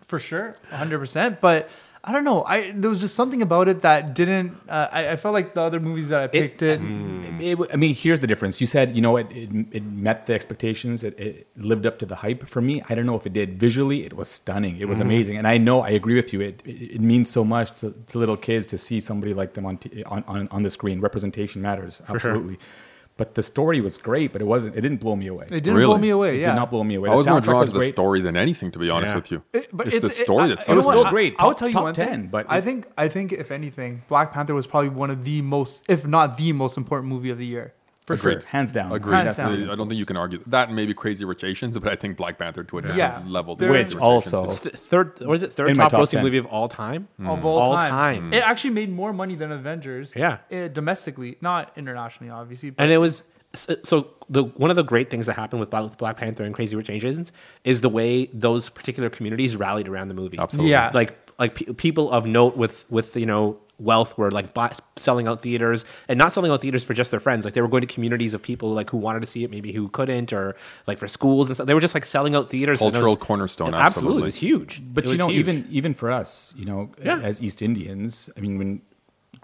S4: for sure, 100%. But I don't know. I There was just something about it that didn't. Uh, I, I felt like the other movies that I picked
S1: It,
S4: it,
S2: Mm. It w- I mean, here's the difference. You said, you know, it, it, it met the expectations. It, it lived up to the hype. For me, I don't know if it did. Visually, it was stunning. It was amazing. And I know I agree with you. It, it, it means so much to, to little kids to see somebody like them on, t- on, on, on the screen. Representation matters. Absolutely. But the story was great, but it wasn't. It didn't blow me away.
S4: It didn't blow
S3: Really?
S4: me away.
S2: It
S4: yeah.
S2: did not blow me away.
S3: I was more
S2: soundtrack
S3: drawn to the
S2: great.
S3: story than anything, to be honest
S2: Yeah.
S3: with you.
S4: It- but
S3: it's,
S4: it's,
S3: the story that
S4: it, I- you
S2: It
S3: sucks.
S2: was
S4: know
S2: still
S4: what?
S2: great.
S4: I, I will
S2: Top-
S4: tell you
S2: top
S4: one
S2: 10,
S4: thing.
S2: but
S4: I
S2: it-
S4: think I think if anything, Black Panther was probably one of the most, if not the most important movie of the year.
S2: For
S3: Agreed.
S2: sure. Hands down.
S3: Agreed.
S4: Hands down.
S3: I don't think you can argue that. and Maybe Crazy Rich Asians, but I think Black Panther to a different
S4: Yeah.
S3: level.
S4: Which
S3: Crazy Rich
S2: also-
S3: Asians is-
S1: It's the third, or is it third
S2: In my
S1: top,
S2: top
S1: grossing
S2: 10.
S1: movie of all time?
S3: Mm.
S4: Of all,
S1: All
S4: time.
S1: time.
S4: it actually made more money than Avengers.
S1: Yeah.
S4: eh, domestically, not internationally, obviously. But
S1: and it was so- so the one of the great things that happened with Black, with Black Panther and Crazy Rich Asians is the way those particular communities rallied around the movie.
S3: Absolutely.
S4: Yeah.
S1: like like pe- people of note with with you know wealth were like bought, selling out theaters and not selling out theaters for just their friends like they were going to communities of people like who wanted to see it maybe who couldn't or like for schools and stuff they were just like selling out theaters and it
S3: Cultural
S1: was-
S3: cornerstone,
S1: absolutely it
S3: absolutely.
S1: was huge
S2: But
S1: It
S2: you
S1: was
S2: know,
S1: huge.
S2: even even for us, you know,
S1: Yeah.
S2: as East Indians, I mean, when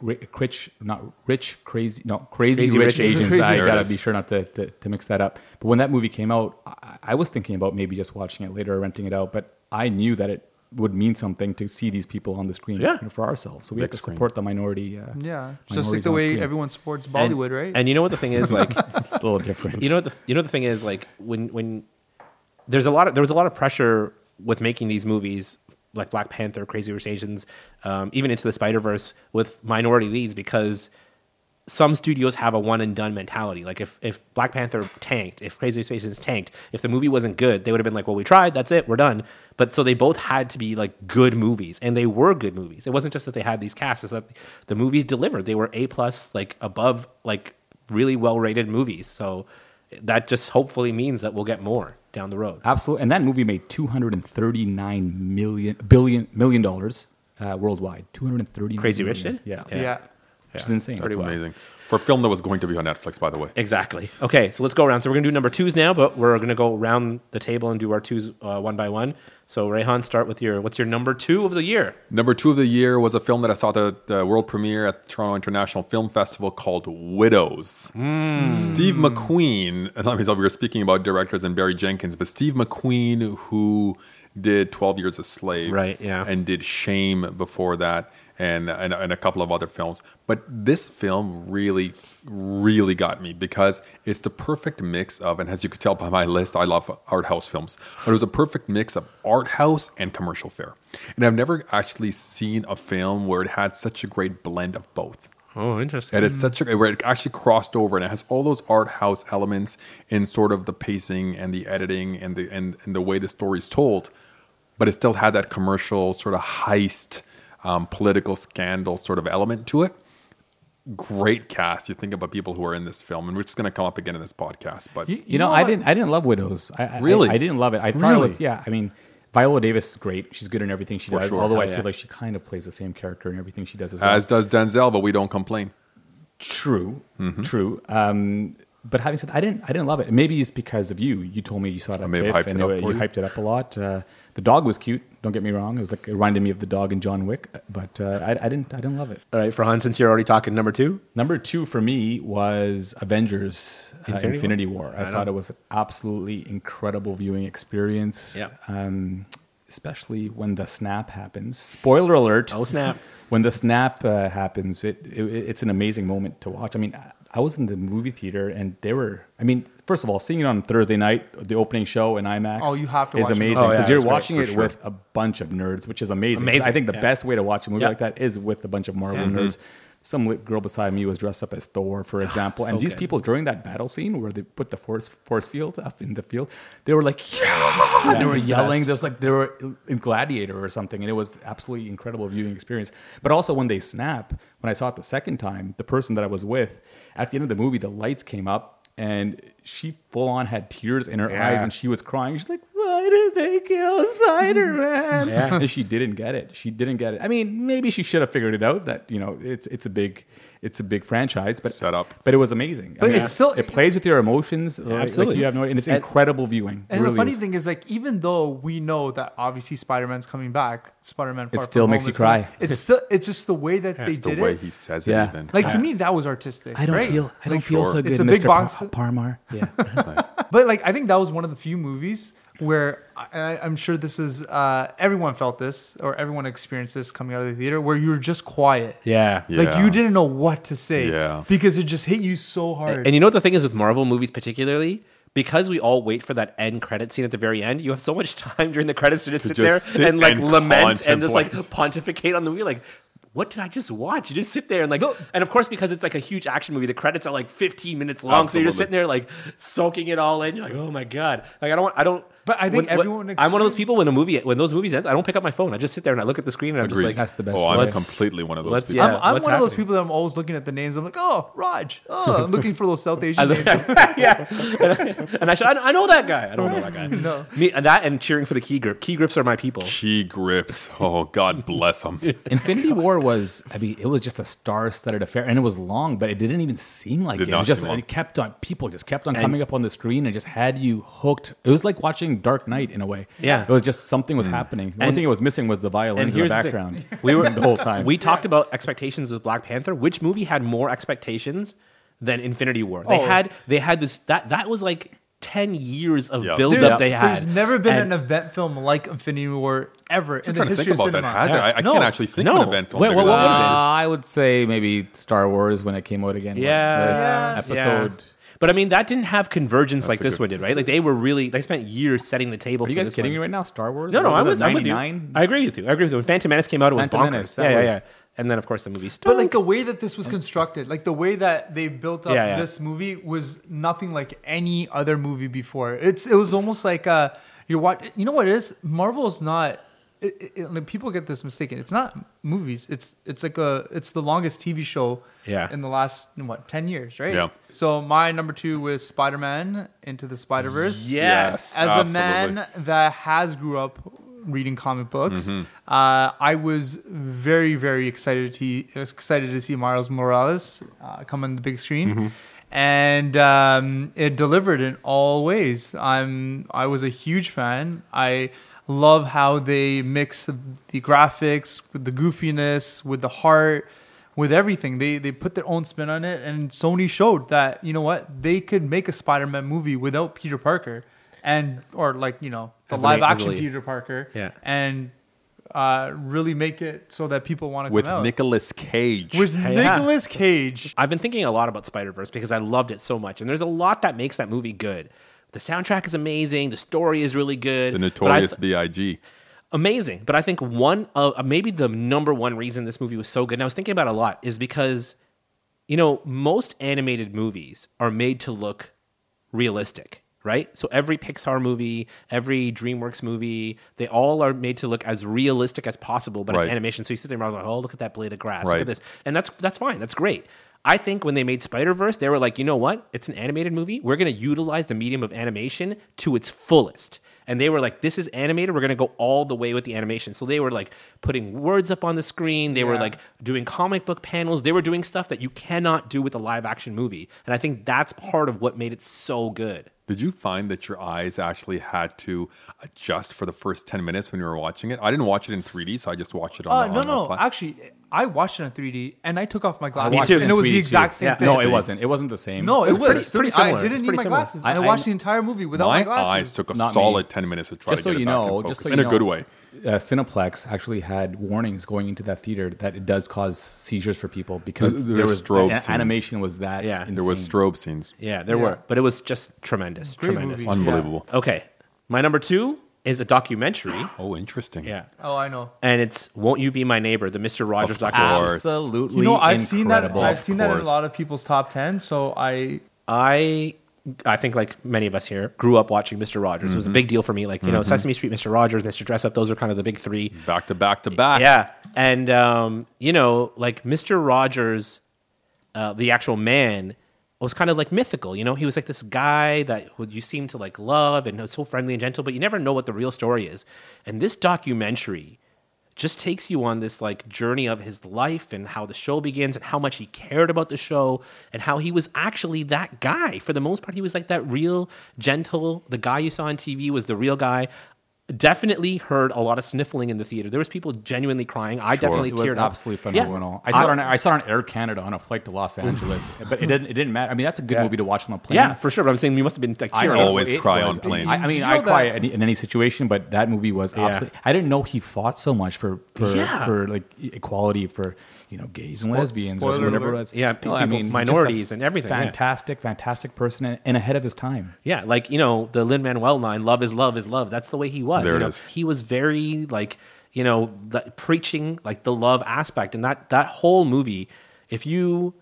S2: ri- rich, not rich, crazy, no, crazy,
S1: Crazy
S2: rich,
S1: Rich
S2: Asians.
S1: Asians.
S2: I
S3: There it
S2: gotta
S3: is.
S2: be sure not to, to to mix that up. But when that movie came out, I, I was thinking about maybe just watching it later or renting it out. But I knew that it would mean something to see these people on the screen
S1: Yeah.
S2: you know, for ourselves. So we have
S3: Big
S2: to
S3: screen.
S2: support the minority. Uh,
S4: yeah, just like
S2: minorities
S4: the
S2: on
S4: way
S2: screen.
S4: everyone supports
S1: And-
S4: Bollywood, right?
S1: and you know what the thing is like
S2: it's a little different.
S1: you know what the you know what the thing is like when when there's a lot of there was a lot of pressure with making these movies like Black Panther, Crazy Rich Asians, um, even into the Spider Verse with minority leads because some studios have a one and done mentality. Like if if Black Panther tanked, if Crazy Rich Asians tanked, if the movie wasn't good, they would have been like, well, we tried, that's it, we're done. But so they both had to be like good movies, and they were good movies. It wasn't just that they had these casts; it's that the movies delivered. They were A plus, like above, like really well rated movies. So that just hopefully means that we'll get more down the road.
S2: Absolutely, and that movie made two hundred and thirty nine million billion million dollars uh, worldwide. Two hundred and thirty.
S1: Crazy Rich did?
S2: yeah,
S4: yeah.
S2: which is insane.
S3: That's amazing. For a film that was going to be on Netflix, by the way.
S1: Exactly. Okay, so let's go around. So we're gonna do number twos now, but we're gonna go around the table and do our twos uh, one by one. So Rayhan, start with your what's your number two of the year?
S3: Number two of the year was a film that I saw at the world premiere at the Toronto International Film Festival called Widows. Steve McQueen, and let me tell you, we were speaking about directors and Barry Jenkins, but Steve McQueen, who did 12 Years a Slave.
S1: Right, yeah.
S3: And did Shame before that and, and, and a couple of other films. But this film really, really got me because it's the perfect mix of, and as you could tell by my list, I love art house films, but it was a perfect mix of art house and commercial fare. And I've never actually seen a film where it had such a great blend of both.
S1: Oh,
S3: And
S1: interesting.
S3: it's such a where it actually crossed over and it has all those art house elements in sort of the pacing and the editing and the and, and the way the story's told, but it still had that commercial sort of heist, um, political scandal sort of element to it. Great cast. You think about people who are in this film, and we're just going to come up again in this podcast. But
S4: You-
S2: You know, I
S4: what?
S2: didn't. I didn't love Widows. I- I,
S3: Really?
S2: I, I didn't love it. I thought it was.
S3: Really?
S2: Yeah, I mean, Viola Davis is great. She's good in everything she
S3: For
S2: does.
S3: sure.
S2: Although I
S1: Hell yeah.
S2: feel like she kind of plays the same character in everything she does as well.
S3: as does Denzel, but we don't complain.
S2: true,
S3: Mm-hmm.
S2: true. Um, but having said, that, I didn't. I didn't love it. Maybe it's because of you. You told me you saw it on
S3: may
S2: TIFF
S3: have hyped
S2: and
S3: it up
S2: you,
S3: for you.
S2: hyped it up a lot. Uh, the dog was cute. Don't get me wrong. It was like it reminded me of the dog in John Wick. But uh, I, I didn't. I didn't love it.
S1: All right, for Han, since you're already talking number two,
S2: Number two for me was Avengers uh,
S1: Infinity
S2: Infinity,
S1: War?
S2: War.
S1: I
S2: I, thought it was an absolutely incredible viewing experience.
S1: Yeah.
S2: Um, especially when the snap happens. Spoiler alert.
S1: Oh, snap.
S2: when the snap uh, happens, it, it it's an amazing moment to watch. I mean, I- I was in the movie theater and they were. I mean, first of all, seeing it on Thursday night, the opening show in IMAX.
S4: Oh, you have to
S2: is
S4: watch it.
S2: amazing
S1: Oh, yeah,
S2: because you're
S1: that's great,
S2: watching
S3: for
S2: it
S3: sure.
S2: with a bunch of nerds, which is amazing. 'Cause
S1: Amazing,
S2: I think the
S1: yeah.
S2: best way to watch a movie
S1: Yeah. Mm-hmm.
S2: like that is with a bunch of Marvel nerds. Some lit girl beside me was dressed up as Thor, for example. and
S1: Ah, so
S2: these
S1: good.
S2: people during that battle scene where they put the force force field up in the field, they were like, yeah! they were yelling. There's like they were in Gladiator or something, and it was absolutely incredible viewing experience. But also when they snap, when I saw it the second time, the person that I was with at the end of the movie, the lights came up, and she full on had tears in her eyes,
S1: Yeah.
S2: and she was crying. She's like, "Why did they kill Spider Man?"
S1: Yeah.
S2: and she didn't get it. She didn't get it. I mean, maybe she should have figured it out that you know it's it's a big it's a bbig franchise, but
S3: Set up.
S2: But it was amazing.
S4: But it's still-
S2: it plays with your emotions. like- like
S1: absolutely.
S2: you have no, and it's
S1: And-
S2: incredible viewing. It
S4: And the
S2: really
S4: funny
S2: is.
S4: thing is, like, even though we know that obviously Spider Man's coming back, Spider Man
S2: still makes you cry.
S4: It's still, it's just the way that they
S3: It's the
S4: did
S3: way
S4: it.
S3: he says
S2: Yeah.
S3: it, even.
S4: Like to me, that was artistic.
S2: I don't
S4: right?
S2: feel. I don't
S4: Like,
S2: feel
S3: sure.
S2: so good.
S4: It's a
S2: Mr.
S4: big
S2: Pa-
S4: box.
S2: Parmar. Yeah.
S4: But like, I think that was one of the few movies where and I, I'm sure this is uh, everyone felt this or everyone experienced this coming out of the theater, where you were just quiet.
S1: Yeah.
S4: Like
S3: Yeah.
S4: you didn't know what to say
S3: Yeah.
S4: because it just hit you so hard.
S1: And you know what the thing is with Marvel movies, particularly because we all wait for that end credit scene at the very end. You have so much time during the credits to just sit there
S3: just sit
S1: and like
S3: and
S1: lament and just like
S3: contemplate.
S1: pontificate on the movie, like. What did I just watch? You just sit there and like, and of course, because it's like a huge action movie, the credits are like 15 minutes long, so you're just
S3: Absolutely.
S1: sitting there like soaking it all in. You're like, oh my god, like I don't, want, I don't.
S4: But I think
S1: when- when-
S4: everyone
S1: I'm one of those people when a movie, when those movies end, I don't pick up my phone. I just sit there and I look at the screen and I'm
S3: Agreed.
S1: just like,
S2: That's the best
S3: Oh, I'm
S1: Let's-
S3: completely one of those
S1: let's-
S3: people.
S1: yeah.
S4: I'm, I'm one
S1: what's
S4: of those
S1: happening?
S4: people that I'm always looking at the names. I'm like, oh, Raj. Oh, I'm looking for those South
S1: I
S4: Asian
S1: look,
S4: names.
S1: yeah, and I, and I should. I, I know that guy. I don't know that guy.
S4: No.
S1: Me and that and cheering for the key grip. Key grips are my people.
S3: Key grips. Oh, God bless him.
S2: Infinity War was, I mean, it was just a star-studded affair, and it was long, but it didn't even seem like
S3: Did
S2: it. It
S3: not
S2: was just
S3: seem long.
S2: it kept on. People just kept on coming up on the screen and just had you hooked. It was like watching Dark Knight in a way.
S1: Yeah.
S2: it was just something
S3: Mm.
S2: was happening.
S1: And-
S2: The only thing it was missing was the
S1: And
S2: violins in the
S1: here's the thing.
S2: background. we were the whole time.
S1: We talked about expectations with Black Panther. Which movie had more expectations than Infinity War? They
S4: Oh.
S1: had. They had this. That that was like ten years of
S3: Yeah.
S1: buildup
S4: There's,
S1: they had.
S4: there's never been
S1: And-
S4: an event film like Infinity War ever in
S3: I'm
S4: the
S3: trying to think
S4: history of
S3: about
S4: cinema.
S3: that. Has there? I, I
S1: No.
S3: can't actually think
S1: No.
S3: of an event film.
S1: Wait,
S3: bigger
S1: what-
S3: than
S1: what
S3: that.
S1: would it be?
S2: Uh, I would say maybe Star Wars when it came out again. like
S1: Yeah.
S2: this
S1: Yeah.
S2: episode.
S1: But I mean, that didn't have convergence like
S3: a
S1: this
S3: good-
S1: one did, right? Like they were really. They spent years setting the table.
S2: Are you
S1: for
S2: guys
S1: this
S2: kidding
S1: one.
S2: me right now? Star Wars?
S1: No, no, I
S2: What
S1: was
S2: it,
S1: I'm with you.
S2: 99?
S1: I agree with you. I agree with you. When Phantom Menace came out, it was
S2: Phantom
S1: bonkers.
S2: Menace,
S1: yeah,
S2: that
S1: yeah,
S2: was-
S1: yeah. And then of course the movie.
S4: But like the way that this was constructed, like the way that they built up
S1: Yeah, yeah.
S4: this movie was nothing like any other movie before. It's it was almost like uh you're watch you know what it is? Marvel's not it, it- it- like, people get this mistaken. It's not movies. It's it's like a it's the longest TV show
S1: Yeah.
S4: in the last what 10 years, right?
S3: Yeah.
S4: So my number 2 was Spider-Man Into the Spider-Verse.
S1: Yes.
S3: Yes.
S4: As a
S3: Absolutely. Mm-hmm.
S4: man that has grew up reading comic books, uh, I was very, very excited to excited to see Miles Morales uh, come on the big screen,
S3: Mm-hmm.
S4: and um, it delivered in all ways. I'm I was a huge fan. I love how they mix the graphics with the goofiness with the heart with everything. They they put their own spin on it, and Sony showed that you know what they could make a Spider-Man movie without Peter Parker, and or like you know the
S1: Easily,
S4: live action
S1: easily.
S4: Peter Parker,
S1: Yeah.
S4: and uh, really make it so that people want to
S3: With
S4: come out.
S3: Nicolas Cage.
S4: with
S1: Yeah.
S4: Nicolas Cage.
S1: I've been thinking a lot about Spider Verse because I loved it so much, and there's a lot that makes that movie good. The soundtrack is amazing. The story is really good.
S3: the
S1: but I
S3: notorious
S1: th-
S3: B.I.G.
S1: amazing. But I think one of uh, maybe the number one reason this movie was so good, and I was thinking about it a lot, is because you know most animated movies are made to look realistic, right? So every Pixar movie, every DreamWorks movie, they all are made to look as realistic as possible, but it's
S3: Right.
S1: animation. So you sit there and like, oh, look at that blade of grass, look
S3: Right.
S1: at this, and that's that's fine, that's great. I think when they made Spider Verse, they were like, you know what? It's an animated movie. We're going to utilize the medium of animation to its fullest. And they were like, this is animated. We're going to go all the way with the animation. So they were like putting words up on the screen. They were
S4: Yeah.
S1: like doing comic book panels. They were doing stuff that you cannot do with a live action movie. And I think that's part of what made it so good.
S3: Did you find that your eyes actually had to adjust for the first 10 minutes when you were watching it? I didn't watch it in 3D, so I just watched it
S4: Uh,
S3: on
S4: no,
S3: on
S4: no,
S3: the flat.
S4: actually, I watched it on 3D and I took off my glasses.
S1: watched it in
S4: And it was the
S2: 3D
S4: exact
S2: too.
S4: same
S1: Yeah.
S4: thing.
S2: No, it wasn't. It wasn't the same.
S4: No, it was.
S1: was pretty- pretty
S4: I
S1: similar.
S4: didn't
S1: It's
S4: need
S1: pretty
S4: my
S1: similar.
S4: glasses. I,
S2: I- I-
S4: watched the entire movie without
S3: My
S4: my glasses.
S3: eyes took a
S2: Not me.
S3: solid 10 minutes to try
S2: just
S3: to
S2: so
S3: get it
S2: you
S3: back in
S2: know,
S3: focus
S2: just so
S3: in
S2: you
S3: a good
S2: know,
S3: way.
S2: Uh, Cineplex actually had warnings going into that theater that it does cause seizures for people because
S3: There- there
S2: there
S3: was
S2: was
S3: strobe
S2: a-
S3: scenes.
S2: animation was that
S1: Yeah.
S2: insane.
S3: There was strobe scenes.
S1: Yeah, there were. But it was just tremendous.
S4: Great
S1: tremendous.
S4: movie.
S3: Unbelievable.
S1: Okay. My number two is a documentary.
S3: Oh, interesting.
S1: Yeah.
S4: Oh, I know.
S1: And it's Won't You Be My Neighbor, the Mr. Rogers
S3: course.
S1: documentary.
S2: absolutely.
S4: You know, I've seen that.
S2: incredible.
S4: I've seen that in a
S3: course.
S4: lot of people's top ten. So I
S1: I I think like many of us here grew up watching Mr. Rogers. It
S4: Mm-hmm.
S1: was a big deal for me. Like, you know, Sesame Street, Mr. Rogers, Mr. Dress Up, those were kind of the big three.
S4: Mm.
S3: Back to back to back.
S1: Yeah. And um, you know, like Mr. Rogers, uh, the actual man, was kind of like mythical, you know? He was like this guy that who you seem to like love and was so friendly and gentle, but you never know what the real story is. And this documentary just takes you on this like journey of his life and how the show begins and how much he cared about the show and how he was actually that guy for the most part he was like that real gentle the guy you saw on TV was the real guy definitely heard a lot of sniffling in the theater there was people genuinely crying i definitely
S2: it was
S1: teared up
S2: absolutely
S1: Yeah.
S2: phenomenal. I saw it on I saw it on Air Canada on a flight to Los Angeles, but it didn't it didn't matter. I mean, that's a good movie to watch on a plane.
S1: yeah for sure but i'm saying we must have been like
S2: I
S1: tearing
S3: know.
S1: up
S3: always
S2: it
S3: cry
S2: was-
S3: on planes.
S2: I, I mean,
S4: Did you
S2: I
S4: know
S2: cry
S4: that-
S2: in, in any situation, but that movie was absolutely. I didn't know he fought so much for for,
S1: Yeah.
S2: for like e- equality for you know gays and
S4: Spoil-
S2: lesbians or
S4: spoiler
S2: whatever
S4: alert.
S2: it was.
S1: Yeah, people-
S2: No, just a
S1: minorities and everything, yeah.
S2: Fantastic, fantastic person and, and ahead of his time.
S1: Yeah, like you know the Lin Manuel line, "Love is love is love." That's the way he was.
S3: There
S1: you
S3: it
S1: know?
S3: is.
S1: He was very like you know the, preaching like the love aspect, and that that whole movie. If you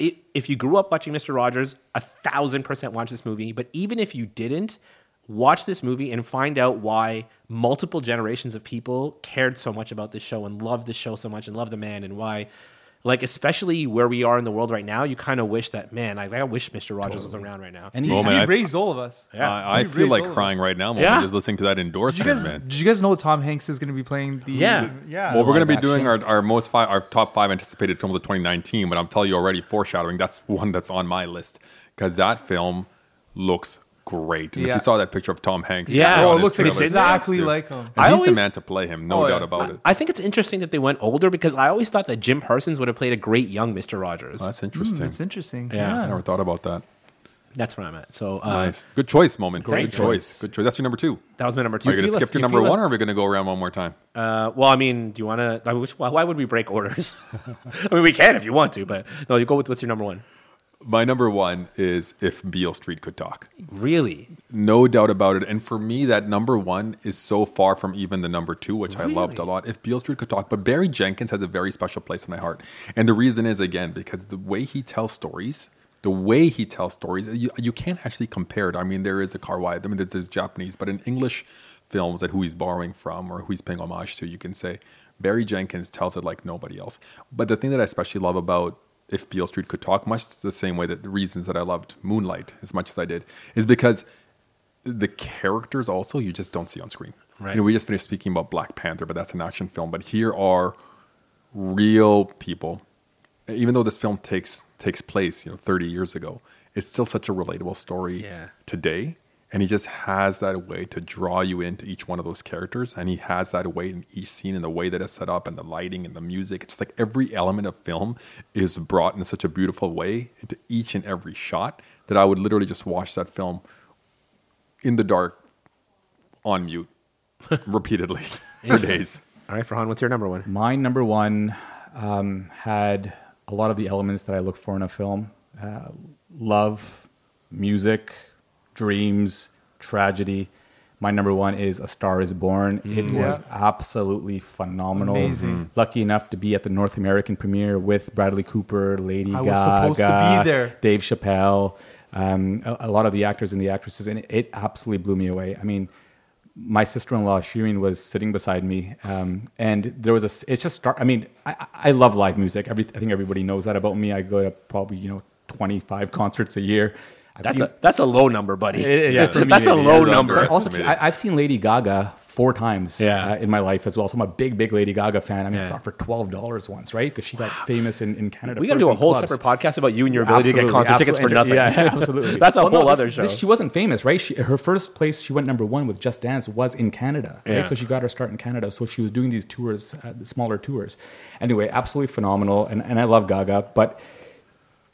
S1: i- if you grew up watching Mister Rogers, a thousand percent watch this movie. But even if you didn't, watch this movie and find out why multiple generations of people cared so much about this show and loved this show so much and loved the man and why. Like especially where we are in the world right now, you kind of wish that man. I, I wish Mister Rogers was around right now.
S2: And he,
S3: Oh, man,
S4: he
S3: I-
S4: raised all of us. Uh,
S1: Yeah.
S3: I, I
S4: He
S3: feel
S4: raised
S3: like
S4: all of
S3: crying
S4: us.
S3: right now.
S1: Yeah.
S3: Yeah. Just listening to that
S4: Did you
S3: endorsement,
S4: guys?
S3: man.
S4: Did you guys know Tom Hanks is going to be playing the?
S1: Yeah.
S4: yeah.
S3: Well, we're going to be
S2: Live
S3: doing our,
S2: action.
S3: our most five, our top five anticipated films of 2019, but I'm telling you already, foreshadowing. That's one that's on my list because that film looks great. And if
S4: Yeah.
S3: you saw that picture of Tom Hanks,
S1: Yeah.
S3: they're
S1: Oh,
S3: on
S1: it
S3: his
S4: looks
S3: trailer, it's
S4: exactly
S3: too.
S4: like him.
S3: And
S1: I
S3: he's
S1: always-
S3: the man to play him, no
S4: Oh,
S3: doubt
S4: yeah.
S3: about it.
S1: I think it's interesting that they went older because I always thought that Jim Parsons would have played a great young Mr. Rogers.
S3: That's interesting.
S4: Mm, It's interesting.
S1: Yeah.
S3: I never thought about that.
S1: That's where I'm at. So uh,
S3: Nice. Good choice, moment.
S1: Great
S3: Good choice.
S1: choice.
S3: Good choice. That's your number two.
S1: that was my number two.
S3: Are you going to skip to number one, or are we going to go around one more time?
S1: Uh, well, I mean, do you want to? I mean, which- why, why would we break orders? I mean, we can if you want to, but no, you go with what's your number one.
S3: My number one is If Beale Street Could Talk.
S1: Really?
S3: No doubt about it. And for me, that number one is so far from even the number two, which I loved a lot. If Beale Street could talk, but Barry Jenkins has a very special place in my heart. And the reason is, again, because the way he tells stories, the way he tells stories, you, you can't actually compare it. I mean, there is a Karwai, I mean, there's Japanese, but in English films that who he's borrowing from or who he's paying homage to, you can say Barry Jenkins tells it like nobody else. But the thing that I especially love about if Beale Street could talk, much the same way that the reasons that I loved Moonlight as much as I did, is because the characters also you just don't see on screen.
S1: Right.
S3: You know, we just finished speaking about Black Panther, but that's an action film. But here are real people. Even though this film takes takes place, you know, 30 years ago, it's still such a relatable story
S1: Yeah.
S3: today. And he just has that way to draw you into each one of those characters. And he has that way in each scene and the way that it's set up and the lighting and the music. It's just like every element of film is brought in such a beautiful way into each and every shot that I would literally just watch that film in the dark on mute repeatedly for days.
S1: All right, Farhan, what's your number one?
S2: My number one um, had a lot of the elements that I look for in a film uh, love, music, dreams, tragedy. My number one is A Star is Born. It was absolutely phenomenal.
S4: Mm, Amazing.
S2: Lucky enough to be at the North American premiere with Bradley Cooper, Lady
S4: I
S2: Gaga,
S4: was supposed to be there.
S2: Dave Chappelle, um, a, a lot of the actors and the actresses, and it absolutely blew me away. I mean, my sister-in-law Shirin was sitting beside me, um, and there was a. s- It's just start. I mean, I, I I love live music. Every I think everybody knows that about me. I go to probably you know twenty-five concerts a year. I've
S1: That's
S2: seen-
S1: a that's a low number, buddy.
S2: eh, yeah, for me
S1: that's
S2: it
S1: a
S2: is.
S1: low
S3: It's
S1: number.
S3: under-
S2: also,
S3: Estimated.
S2: I, I've seen Lady Gaga four times
S1: Yeah.
S2: uh, in my life as well. So I'm a big, big Lady Gaga fan. I mean, I
S1: Yeah.
S2: saw her for twelve dollars once, right? Because she got famous in, in Canada.
S1: We got to
S2: first
S1: do a
S2: in
S1: whole
S2: clubs.
S1: separate podcast about you and your ability to get
S2: Absolutely,
S1: concert tickets for nothing.
S2: absolutely. Yeah, absolutely.
S1: That's a
S2: Well, no,
S1: whole
S2: this-
S1: other show.
S2: This, she wasn't famous, right? She, her first place she went number one with Just Dance was in Canada,
S1: Yeah.
S2: right? So she got her start in Canada. So she was doing these tours, uh, the smaller tours. Anyway, absolutely phenomenal, and, and I love Gaga, but.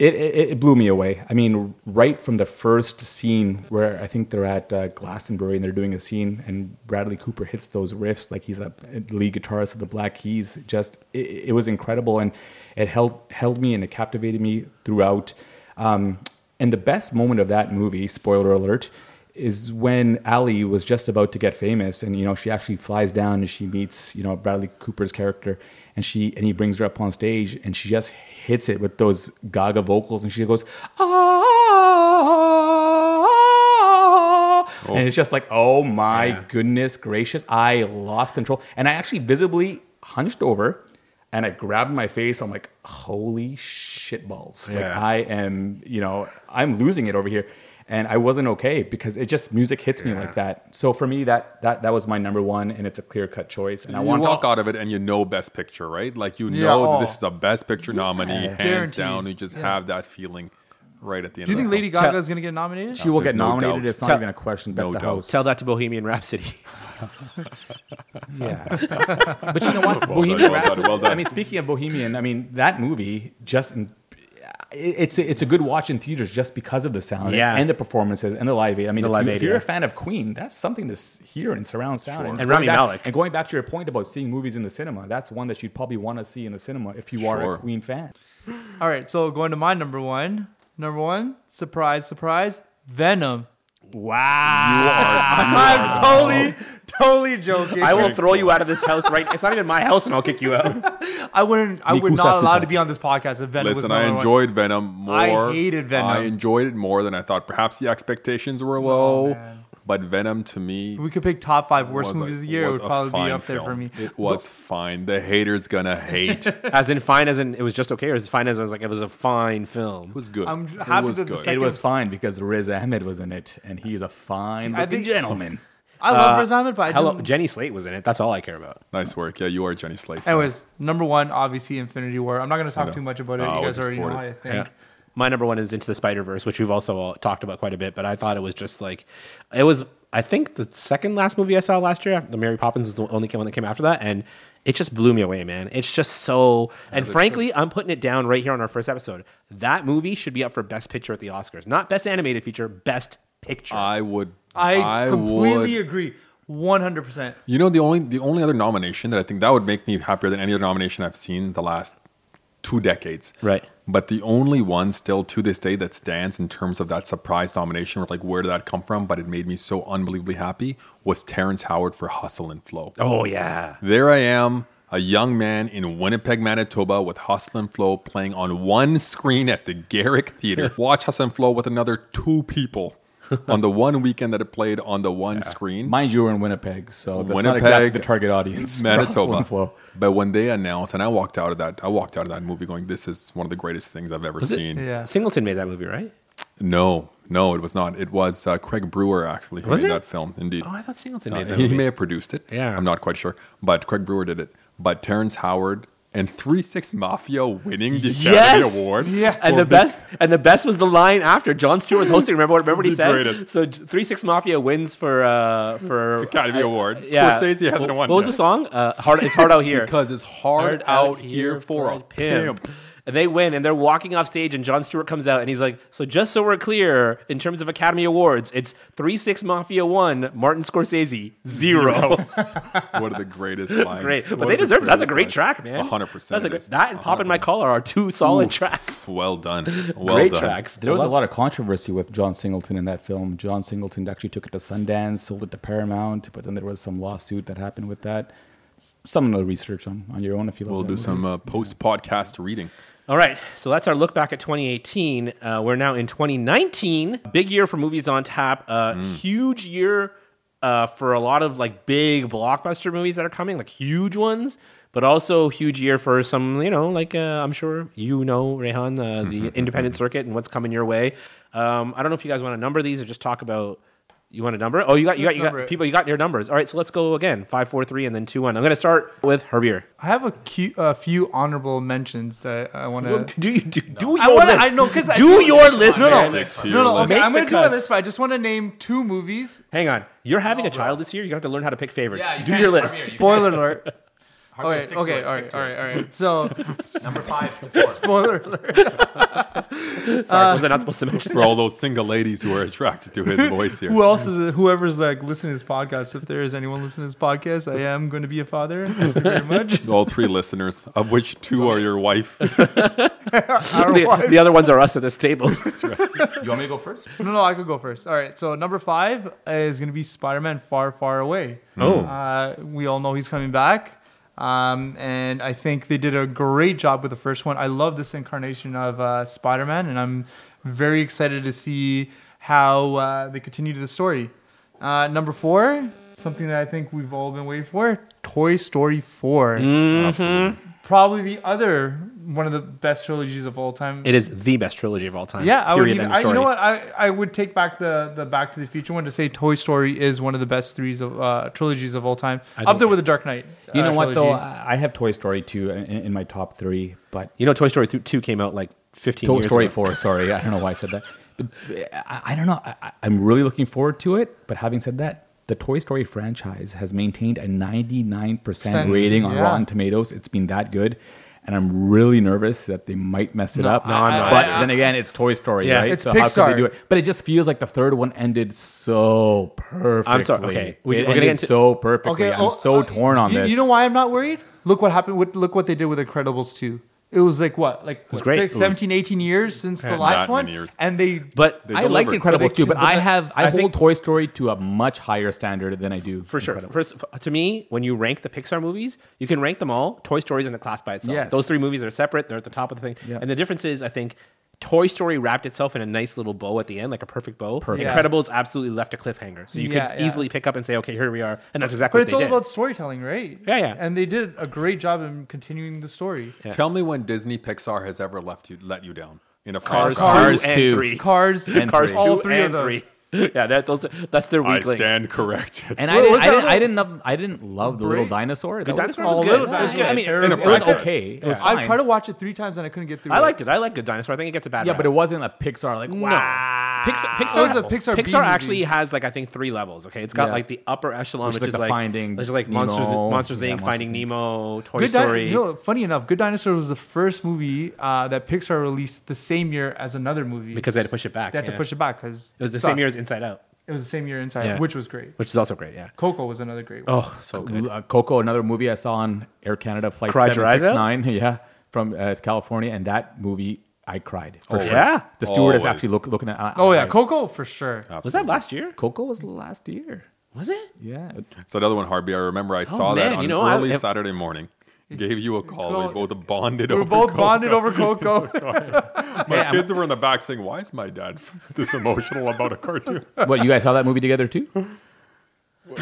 S2: It, it, it blew me away. I mean, right from the first scene where I think they're at uh, Glastonbury and they're doing a scene, and Bradley Cooper hits those riffs like he's a lead guitarist of the Black Keys. Just it, it was incredible, and it held held me and it captivated me throughout. Um, and the best moment of that movie, spoiler alert, is when Ali was just about to get famous, and you know she actually flies down and she meets you know Bradley Cooper's character, and she and he brings her up on stage, and she just hits it with those Gaga vocals, and she goes ah, and it's just like oh my goodness gracious, I lost control, and I actually visibly hunched over. and I grabbed my face. I'm like, holy shit balls! Like
S1: Yeah.
S2: I am, you know, I'm losing it over here, and I wasn't okay because it just music hits me like that. So for me, that that that was my number one, and it's a clear cut choice. And I
S3: you
S2: want
S3: walk
S2: to.
S3: out of it and you know Best Picture, right? Like you
S4: Yeah.
S3: know
S4: Oh.
S3: that this is a Best Picture nominee, hands
S4: Guaranteed.
S3: down. You just have that feeling right at the end.
S4: Do you
S3: of
S4: think
S3: the
S4: Lady
S3: film.
S4: Gaga is going to get nominated?
S2: She will
S3: There's
S2: get
S3: no
S2: nominated.
S3: doubt.
S2: it's not
S1: Tell-
S2: even a question. Bet
S3: No
S2: the
S3: doubt.
S2: house.
S1: Tell that to Bohemian Rhapsody.
S2: Yeah. but you know what?
S3: Well
S2: Bohemian
S3: done, well
S2: Rhapsody.
S3: done, well done.
S2: I mean, speaking of Bohemian, I mean that movie just. in- it- It's a, it's a good watch in theaters just because of the sound
S1: Yeah.
S2: and the performances and the live aid. I mean,
S1: The
S2: if,
S1: Live
S2: you,
S1: Aid,
S2: if you're a
S1: yeah.
S2: fan of Queen, that's something to s- hear in surround sound.
S1: And
S2: going
S1: Rami
S2: back-
S1: Malek.
S2: And going back to your point about seeing movies in the cinema, that's one that you'd probably want to see in the cinema if you are
S3: Sure.
S2: a Queen fan.
S4: All right, so going to my number one. Number one, surprise, surprise, Venom.
S1: Wow.
S3: Ah.
S4: I'm totally, totally joking.
S1: I will throw you out of this house right. It's not even my house, and I'll kick you out.
S4: I wouldn't. I would
S2: Mikusa
S4: not allow to
S2: Sukasa.
S4: be on this podcast if Venom was
S3: Listen,
S4: number
S3: I
S4: one.
S3: enjoyed Venom more.
S4: I hated Venom. Oh,
S3: I enjoyed it more than I thought. Perhaps the expectations were low, but Venom to me
S4: We could pick top five worst
S3: was a-
S4: movies of the year. It
S3: was
S4: would
S3: a
S4: probably be
S3: fine
S4: up there for
S3: film.
S4: me.
S3: It was fine. The haters gonna hate. it
S1: As in fine, as in it was just okay, or as fine as I was like it was a fine film.
S3: was good.
S4: I'm
S3: it
S4: happy
S3: was
S4: that the
S3: good.
S4: second-
S2: It was fine because Riz Ahmed was in it, and he's a fine
S4: I
S2: looking
S4: think-
S2: gentleman.
S4: I love Riz Ahmed, but I
S1: Hello,
S4: didn't-
S1: Jenny Slate was in it. That's all I care about.
S3: nice work. Yeah, you are Jenny Slate.
S4: Anyways, number one, obviously, Infinity War. I'm not going to
S3: know.
S4: talk too much about it.
S3: Oh,
S4: you
S3: we'll
S4: guys
S3: just
S4: already know
S3: board
S4: how
S3: it.
S4: I think.
S1: Yeah. My number one is Into the Spider Verse, which we've also all talked about quite a bit. But I thought it was just like it was. I think the second last movie I saw last year, the Mary Poppins is the only one that came after that, and it just blew me away, man. It's just so. and frankly, I'm putting it down right here on our first episode. That movie should be up for Best Picture at the Oscars, not Best Animated Feature, Best Picture.
S3: I would.
S4: I, completely
S3: would-
S4: agree, 100. percent
S3: You know the only the only other nomination that I think that would make me happier than any other nomination I've seen the last two decades.
S1: Right.
S3: But the only one still to this day that stands in terms of that surprise nomination, or like where did that come from? But it made me so unbelievably happy was Terrence Howard for Hustle and Flow.
S1: oh yeah,
S3: There I am, a young man in Winnipeg, Manitoba, with Hustle and Flow playing on one screen at the Garrick Theater. Watch Hustle and Flow with another two people on the one weekend that it played on the one screen.
S2: Mind you, we're in Winnipeg, so that's not
S3: Winnipeg,
S2: exactly the target audience. for Hustle and
S3: Manitoba.
S2: Flow.
S3: But when they announced, and I walked out of that, I walked out of that movie going, "This is one of the greatest things I've ever
S1: it-
S3: seen."
S4: Yeah.
S1: Singleton made that movie, right?
S3: No, no, it was not. It was uh, Craig Brewer actually who
S1: Was
S3: made
S1: it?
S3: that film. Indeed,
S1: Oh, I thought Singleton
S3: Uh,
S1: made that
S3: he
S1: movie.
S3: may have produced it.
S1: Yeah.
S3: I'm not quite sure, but Craig Brewer did it. But Terrence Howard and Three Six Mafia winning the
S1: Yes!
S3: Academy Award.
S4: Yeah.
S1: and
S3: for
S1: the best and the best was the line after John Stewart was hosting. Remember what? Remember what he
S3: The
S1: said?
S3: greatest.
S1: So Three Six Mafia wins for uh, for
S3: Academy
S1: uh,
S3: Award.
S1: Yeah.
S3: Scorsese hasn't
S1: what,
S3: won
S1: What was
S3: yet.
S1: the song? Uh, hard. It's hard out here.
S3: because it's hard, out here for a pimp.
S1: And they win, and they're walking off stage, and John Stewart comes out, and he's like, "So just so we're clear, in terms of Academy Awards, it's Three Six Mafia one, Martin Scorsese zero.
S3: One of the greatest lines.
S1: great, but
S3: One
S1: they
S3: of the
S1: deserve. it. That's a
S3: greatest
S1: great
S3: lines.
S1: track, man.
S3: 100%.
S1: That's a
S3: it
S1: great,
S3: is.
S1: that and "Pop in My Collar" are two solid
S3: Oof.
S1: tracks.
S3: Well done. Well
S1: great
S3: done.
S1: tracks.
S2: There was a lot of controversy with John Singleton in that film. John Singleton actually took it to Sundance, sold it to Paramount, but then there was some lawsuit that happened with that. S- Some of the research on, on your own if you love
S3: We'll
S2: that
S3: do
S2: movie.
S3: some uh, post podcast reading.
S1: All right, so that's our look back at 2018. Uh, we're now in 2019. Big year for movies on tap. Uh, Huge year uh, for a lot of like big blockbuster movies that are coming, like huge ones, but also huge year for some, you know, like uh, I'm sure you know, Rehan, uh, the independent circuit and what's coming your way. Um, I don't know if you guys want to number these or just talk about. You want a number? Oh, you got you got
S4: Let's
S1: you
S4: number
S1: got
S4: it.
S1: people. You got your numbers. All right, so let's go again. Five, four, three, and then two, one. I'm going to start with Herbier.
S4: I have a, cu- a few honorable mentions that I, I want to.
S1: Do you do, do your
S4: I wanna-
S1: list?
S4: I know, 'cause I
S1: do
S4: feel-
S1: your list.
S4: No, no.
S1: man.
S3: Next to
S4: No,
S3: your
S4: no,
S3: list.
S4: okay.
S1: Make
S4: I'm
S1: the
S4: going to do my
S1: cuts.
S4: list, but I just want to name two movies.
S1: Hang on, you're having a child this year. You have to learn how to pick favorites.
S5: Yeah, you
S1: do
S5: can.
S1: your
S5: Come
S1: list.
S5: here,
S4: Spoiler alert. Okay,
S5: stick to
S4: okay,
S5: it,
S4: all
S5: stick
S4: right,
S5: to
S4: all right, all right. So,
S5: Number five to four.
S4: spoiler alert.
S1: Sorry, was I not supposed to mention?
S3: For all those single ladies who are attracted to his voice here.
S4: Who else is whoever's like listening to this podcast? If there is anyone listening to this podcast, I am going to be a father. Thank you very much.
S3: all three listeners, of which two are your wife.
S4: Our
S1: The,
S4: wife-
S1: the other ones are us at this table.
S5: You want me to go first?
S4: No, no, I could go first. All right. So number five is going to be Spider-Man: Far, Far Away.
S1: Oh.
S4: uh, we all know he's coming back, um, and I think they did a great job with the first one. I love this incarnation of uh, Spider-Man, and I'm very excited to see how uh, they continue the story. Uh, number four, something that I think we've all been waiting for Toy Story 4. Probably the other one of the best trilogies of all time.
S1: It is the best trilogy of all time.
S4: yeah, I would
S1: period,
S4: even,
S1: end of
S4: I, you
S1: story.
S4: know what? I, I would take back the, the Back to the Future one to say Toy Story is one of the best threes of uh, trilogies of all time. Up
S1: don't-
S4: there with the Dark Knight.
S2: You
S4: uh,
S2: know what though?
S4: trilogy.
S2: I I have Toy Story two in, in my top three, but
S1: You know, Toy Story th- 2 came out like 15
S2: Toy
S1: years
S2: Story
S1: ago.
S2: four. Sorry, I don't know why I said that. But, I, I don't know. I, I- I'm really looking forward to it. But having said that, the Toy Story franchise has maintained a 99 percent
S4: Percent,
S2: rating on
S4: yeah.
S2: Rotten Tomatoes. It's been that good, and I'm really nervous that they might mess it up.
S1: no, I'm not.
S2: But
S1: I-
S2: then again, it's Toy Story,
S1: Yeah.
S2: right?
S4: It's
S2: so how could
S4: Pixar.
S2: they do it? But it just feels like the third one ended so perfectly.
S1: okay. We-
S2: we,
S1: we're
S2: it
S1: gonna
S2: ended
S1: get into-
S2: so perfectly. I'm
S4: oh,
S2: so
S4: uh,
S2: torn on
S4: you,
S2: this.
S4: You know why I'm not worried? Look what happened. With, look what they did with Incredibles 2. It was like what, like what,
S1: great.
S4: six,
S1: It was-
S4: 17, 18 years since the
S3: Yeah,
S4: last
S3: that
S4: one,
S3: many years.
S4: and they.
S1: But
S3: They
S2: I like
S3: delivered.
S4: But they
S2: Incredibles too, but
S4: killed-
S2: I have I,
S4: I
S2: hold
S4: think-
S2: Toy Story to a much higher standard than I do
S1: For sure.
S2: Incredibles.
S1: First, f- to me, when you rank the Pixar movies, you can rank them all. Toy Story's in the class by itself.
S2: Yes.
S1: Those three movies are separate. They're at the top of the thing.
S2: Yeah.
S1: And the difference is, I think, Toy Story wrapped itself in a nice little bow at the end, like a perfect bow.
S2: Perfect.
S4: Yeah.
S1: Incredibles absolutely left a cliffhanger. So you
S4: Yeah,
S1: could
S4: yeah.
S1: easily pick up and say, okay, here we are. And that's exactly what
S4: But it's
S1: they
S4: all
S1: did.
S4: about storytelling, right?
S1: Yeah, yeah.
S4: And they did a great job in continuing the story.
S3: Tell me when Disney Pixar has ever left you let you down in a
S1: Cars,
S3: franchise.
S1: Cars,
S2: Cars
S1: and
S2: two.
S1: three.
S4: Cars,
S2: And
S1: Cars
S2: three.
S1: two
S4: all three
S1: and
S4: of them.
S1: three. yeah, that, those, that's their
S3: I
S1: weak link.
S3: stand corrected.
S2: And I,
S4: What
S2: didn't,
S4: was
S2: I,
S4: that
S2: didn't, I
S4: one?
S2: didn't love I didn't love the little dinosaur. Is
S1: The
S2: that what it's
S1: dinosaur
S2: called?
S1: was
S4: Oh,
S1: good.
S4: Little
S1: That was good.
S4: Dinosaur.
S1: I mean,
S4: Terrible.
S1: it
S2: It was
S1: was okay.
S2: okay. It was fine.
S4: I've tried to watch it three times and I couldn't get through.
S1: I liked it. I like Good Dinosaur. I think it gets a bad
S2: Yeah,
S1: rap.
S2: but it wasn't a Pixar like
S1: No.
S2: wow. Oh,
S1: Pixar,
S4: So it's
S1: Pixar,
S4: a Pixar B
S1: Pixar
S4: movie.
S1: actually has like I think three levels. Okay, it's got
S2: Yeah.
S1: like the upper echelon,
S2: Which
S1: which, is
S2: is like
S1: like
S2: the Finding
S1: which is like
S2: Nemo.
S1: Monsters, Monsters
S2: Yeah,
S1: Inc.,
S2: Monsters,
S1: Finding
S2: Inc.
S1: Nemo, Toy
S4: Good Dinosaur.
S1: Story.
S4: You know, funny enough, Good Dinosaur was the first movie uh, that Pixar released the same year as another movie
S1: Because they had to push it back,
S4: They had
S1: yeah.
S4: to push it back because
S1: it was the same year as Inside Out,
S4: It was the same year Inside,
S1: Yeah.
S4: which was great.
S1: which is also great. Yeah.
S4: Coco was another great one.
S1: Oh, so good.
S2: Uh, Coco, another movie I saw on Air Canada flight
S1: Cried your eyes out?
S2: 769, yeah, from uh, California, and that movie I cried. For
S1: Always.
S2: sure.
S1: Oh, Yeah?
S2: the stewardess
S3: Always.
S2: actually look, looking at. I-
S4: Oh yeah,
S2: I-
S4: Coco for sure.
S1: Was that last year?
S2: Coco was last year.
S1: Was it?
S2: Yeah,
S3: It's that other one, Harvey. I remember I saw that
S1: man,
S3: on
S1: you know, I-
S3: early
S1: if-
S3: Saturday morning. Gave you a call. We
S4: Well,
S3: both bonded
S4: We
S3: over.
S4: were both
S3: Coco.
S4: bonded over Coco.
S3: My kids were in the back saying, "Why is my dad this emotional about a cartoon?"
S2: what you guys saw that movie together too? Like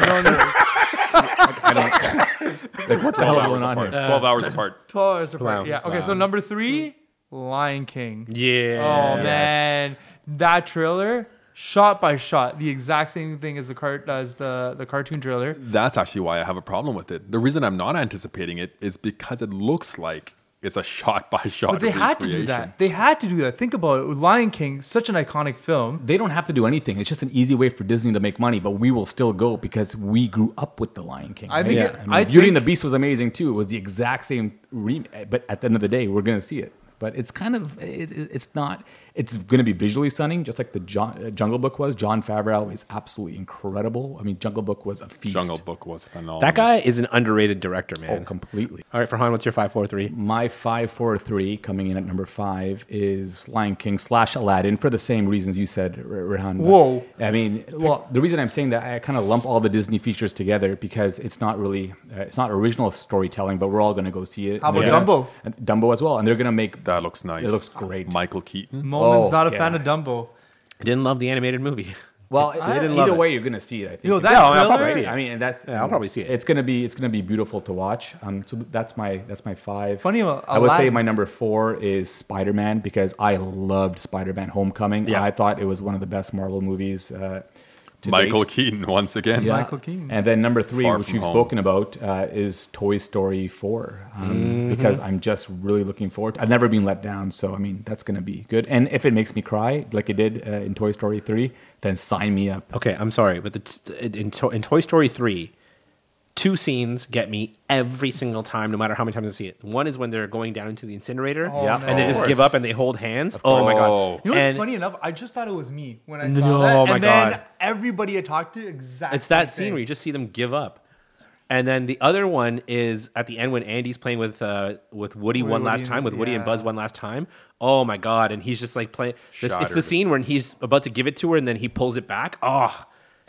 S2: what the hell is going
S3: Twelve hours
S2: on
S3: apart.
S2: here?
S3: Twelve hours apart.
S4: Twelve hours apart.
S1: Wow.
S4: Yeah. Okay. So number three, Lion King.
S1: Yeah.
S4: Oh man, that trailer, shot by shot, the exact same thing as the cart as the the cartoon trailer.
S3: That's actually why I have a problem with it. The reason I'm not anticipating it is because it looks like it's a shot by shot.
S4: But they had to do that. They had to do that. Think about it. Lion King, such an iconic film.
S2: They don't have to do anything. It's just an easy way for Disney to make money, but we will still go because we grew up with The Lion King.
S4: I
S2: right?
S4: think
S2: Yeah.
S4: it-
S2: I mean,
S4: I
S2: Beauty and the
S4: think-
S2: Beast was amazing too. It was the exact same remake, but at the end of the day, we're going to see it. But it's kind of it, it- it's not. It's going to be visually stunning, just like the John, uh, Jungle Book was. John Favreau is absolutely incredible. I mean, Jungle Book was a feast.
S3: Jungle Book was phenomenal.
S1: That guy is an underrated director,
S2: oh,
S1: man.
S2: completely.
S1: All right, Farhan, what's your five, four, three?
S2: My five, four, three coming in at number five is Lion King slash Aladdin for the same reasons you said, R- Rehan. But,
S4: Whoa.
S2: I mean, well, the reason I'm saying that I kind of lump all the Disney features together because it's not really uh, it's not original storytelling, but we're all going to go see it.
S4: How
S2: And
S4: about
S2: they're gonna-
S4: Dumbo?
S2: and Dumbo as well, and they're going to make
S3: That looks nice.
S2: It looks great.
S3: Michael Keaton.
S4: Moman's
S2: Oh,
S4: not a
S2: yeah.
S4: fan of Dumbo.
S1: Didn't love the animated movie.
S2: Well,
S1: I didn't love
S2: either
S1: it.
S2: way, you're gonna see it. I think.
S4: Yo, that
S2: Yeah,
S4: trailer-
S2: see it. I mean, and that's
S1: Yeah, I'll probably see it.
S2: It's gonna be it's gonna be beautiful to watch. Um, so that's my that's my five.
S4: Funny about
S2: I would say
S4: Aladdin.
S2: my number four is Spider Man because I loved Spider Man Homecoming.
S1: Yeah.
S2: I thought it was one of the best Marvel movies. Uh, to
S3: Michael
S2: date.
S3: Keaton once again.
S2: Yeah.
S4: Michael Keaton.
S2: And then number three,
S3: Far
S2: which
S3: From
S2: you've
S3: Home.
S2: spoken about, uh, is Toy Story 4. Um,
S1: Mm-hmm.
S2: Because I'm just really looking forward. I've never been let down. So, I mean, that's going to be good. And if it makes me cry, like it did uh, in Toy Story 3, then sign me up.
S1: Okay, I'm sorry, but the t- in, in To- in Toy Story 3, two scenes get me every single time, no matter how many times I see it. One is when they're going down into the incinerator,
S4: Oh, Yeah. no.
S1: and they
S4: Of
S1: just
S3: course.
S1: give up and they hold hands. Oh my
S3: Oh.
S1: god!
S4: You know what's
S1: And
S4: funny enough? I just thought it was me when I saw
S1: No,
S4: that,
S1: oh
S4: and
S1: my
S4: then
S1: God.
S4: everybody I talked to exactly.
S1: It's that scene where you just see them give up. And then the other one is at the end when Andy's playing with uh, with Woody one last
S4: Woody,
S1: time, with Woody and
S4: yeah.
S1: Buzz one last time. Oh my god! And he's just like playing. This, it's the
S3: Shattered.
S1: scene when he's about to give it to her, and then he pulls it back. Oh,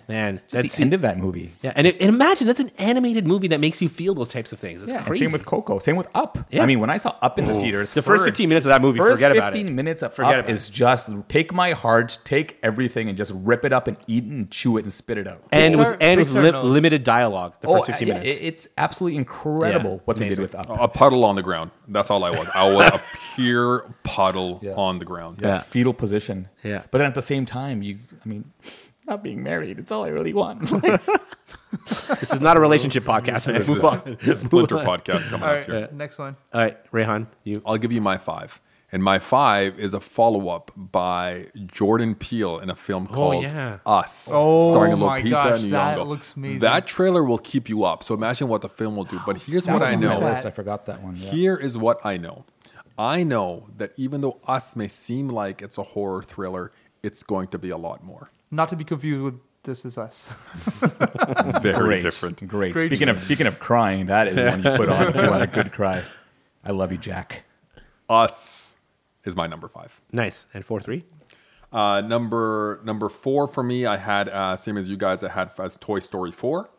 S1: Man,
S2: Just
S1: that's
S2: the e end of that movie.
S1: yeah, and, it, and imagine that's an animated movie that makes you feel those types of things. That's
S2: Yeah, and
S1: crazy.
S2: same with Coco. Same with Up.
S1: Yeah.
S2: I mean, when I saw Up in the theaters,
S1: the first 15 minutes of that movie,
S2: first
S1: forget about
S2: 15
S1: it.
S2: minutes of
S1: Forget
S2: Up
S1: about
S2: is just take my heart, take everything, and just rip it up and eat and chew it and spit it out.
S1: And with,
S4: Pixar-
S1: and with
S4: Pixar
S1: li-
S4: knows.
S1: limited dialogue, the first
S2: Oh,
S1: 15
S2: yeah,
S1: minutes.
S2: it- it's absolutely incredible
S1: Yeah,
S2: what they Oh, did
S1: amazing.
S2: with Up.
S3: A puddle on the ground. That's all I was. I was a pure puddle on the ground.
S2: yeah. fetal position.
S1: Yeah.
S2: But then at the same time, you, I mean, not being married, it's all I really want.
S1: this is not a relationship podcast, man. Move on.
S3: Splinter podcast coming up
S4: All right,
S3: here.
S4: next one.
S1: All right, Rehan, you.
S3: I'll give you my five. And my five is a follow up by Jordan Peele in a film called
S1: yeah.
S3: Us,
S4: Oh
S3: starring
S4: my
S3: Lupita
S4: gosh,
S3: Nyong'o.
S4: that looks amazing.
S3: That trailer will keep you up. So imagine what the film will do. But here's
S2: That
S3: what
S2: was
S3: I
S2: on my
S3: know.
S2: list. I forgot that one. Yeah.
S3: Here is what I know. I know that even though Us may seem like it's a horror thriller, it's going to be a lot more.
S4: Not to be confused with This Is Us.
S3: Very
S2: Great,
S3: different.
S2: Great.
S4: Great
S2: Speaking of speaking of crying, that is one you put on if you want a good cry. I love you, Jack.
S3: Us is my number five.
S1: Nice. And 4 3.
S3: Uh, number number four for me, I had uh, same as you guys. I had as Toy Story four,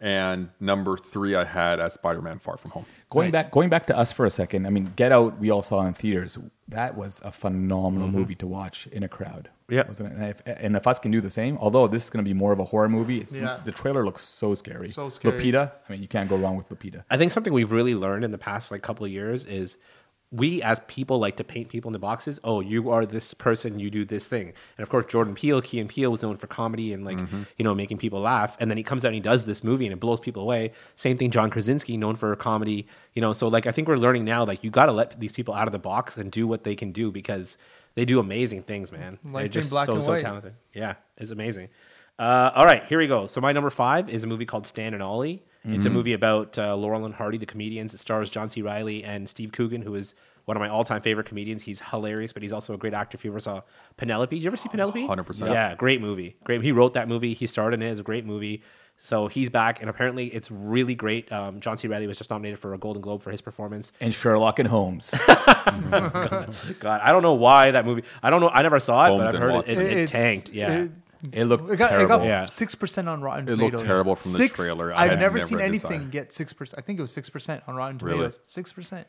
S3: and number three I had as Spider Man Far From Home.
S2: Going
S1: Nice.
S2: back, going back to us for a second. I mean, Get Out. We all saw in theaters. That was a phenomenal
S4: Mm-hmm.
S2: movie to watch in a crowd.
S1: Yeah.
S2: wasn't it? And if, and if us can do the same, although this is going to be more of a horror movie, it's,
S4: Yeah.
S2: the trailer looks so scary.
S4: So scary.
S2: Lupita. I mean, you can't go wrong with Lupita.
S1: I think something we've really learned in the past like couple of years is we as people like to paint people into boxes. Oh, you are this person, you do this thing. And of course, Jordan Peele, Key and Peele was known for comedy and like,
S4: Mm-hmm.
S1: you know, making people laugh. And then he comes out and he does this movie and it blows people away. Same thing, John Krasinski, known for comedy, you know. So like I think we're learning now, like you gotta let these people out of the box and do what they can do because they do amazing things, man.
S4: Life
S1: They're
S4: in
S1: just
S4: black
S1: so,
S4: and
S1: so
S4: white.
S1: talented. Yeah, it's amazing. Uh, all right, here we go. So my number five is a movie called Stan and Ollie. It's
S3: Mm-hmm.
S1: a movie about uh, Laurel and Hardy, the comedians. It stars John C. Riley and Steve Coogan, who is one of my all-time favorite comedians. He's hilarious, but he's also a great actor. If you ever saw Penelope, did you ever see Penelope?
S3: 100%.
S1: Yeah, great movie. Great. He wrote that movie. He starred in it. It's a great movie. So he's back, and apparently it's really great. Um, John C. Riley was just nominated for a Golden Globe for his performance.
S2: And Sherlock and Holmes.
S1: God, I don't know why that movie. I don't know. I never saw it,
S3: Holmes
S1: but I've
S3: and
S1: heard it,
S3: Watson.
S1: it, it
S4: It's-
S1: tanked. Yeah.
S4: It,
S2: it looked
S4: it got
S2: terrible.
S4: it
S1: Yeah.
S4: got six percent on Rotten
S3: It
S4: Tomatoes.
S3: looked terrible from the
S4: Six-
S3: trailer. I
S4: I've
S3: had
S4: never,
S3: never
S4: seen anything
S3: decided.
S4: get six percent. I think it was six percent on Rotten
S3: Really?
S4: Tomatoes. Six percent.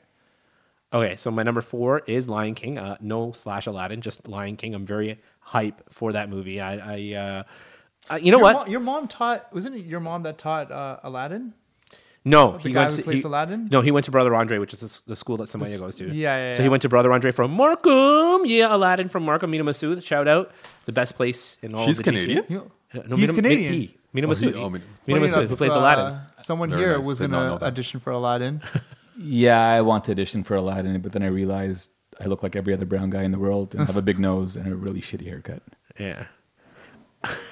S1: Okay, so my number four is Lion King. Uh, no slash Aladdin, just Lion King. I'm very hype for that movie. I, I, uh, I you know
S4: Your,
S1: what?
S4: mom, your mom taught. Wasn't it your mom that taught uh, Aladdin?
S1: no,
S4: the guy who plays Aladdin?
S1: No, he went to Brother Andre, which is the, s- the school that somebody goes to.
S4: yeah, yeah,
S1: So
S4: yeah.
S1: he went to Brother Andre from Markham. Yeah, Aladdin from Markham. Mina Masood, shout out, the best place in all.
S3: She's
S1: of the GTA.
S3: Canadian?
S4: You-
S1: Uh, no,
S4: He's
S1: Mina- Mi-
S4: Canadian.
S1: he. Mina
S3: Oh, he-
S1: Masood.
S3: oh, Mina-
S1: Mina
S4: Funny
S1: Masood,
S4: enough,
S1: who plays
S4: uh,
S1: Aladdin.
S4: Someone
S3: Very
S4: here
S3: nice.
S4: was
S3: Did
S4: going
S3: not know
S4: to
S3: that.
S4: audition for Aladdin.
S2: Yeah, I want to audition for Aladdin, but then I realized I look like every other brown guy in the world and have a big nose and a really shitty haircut.
S1: Yeah.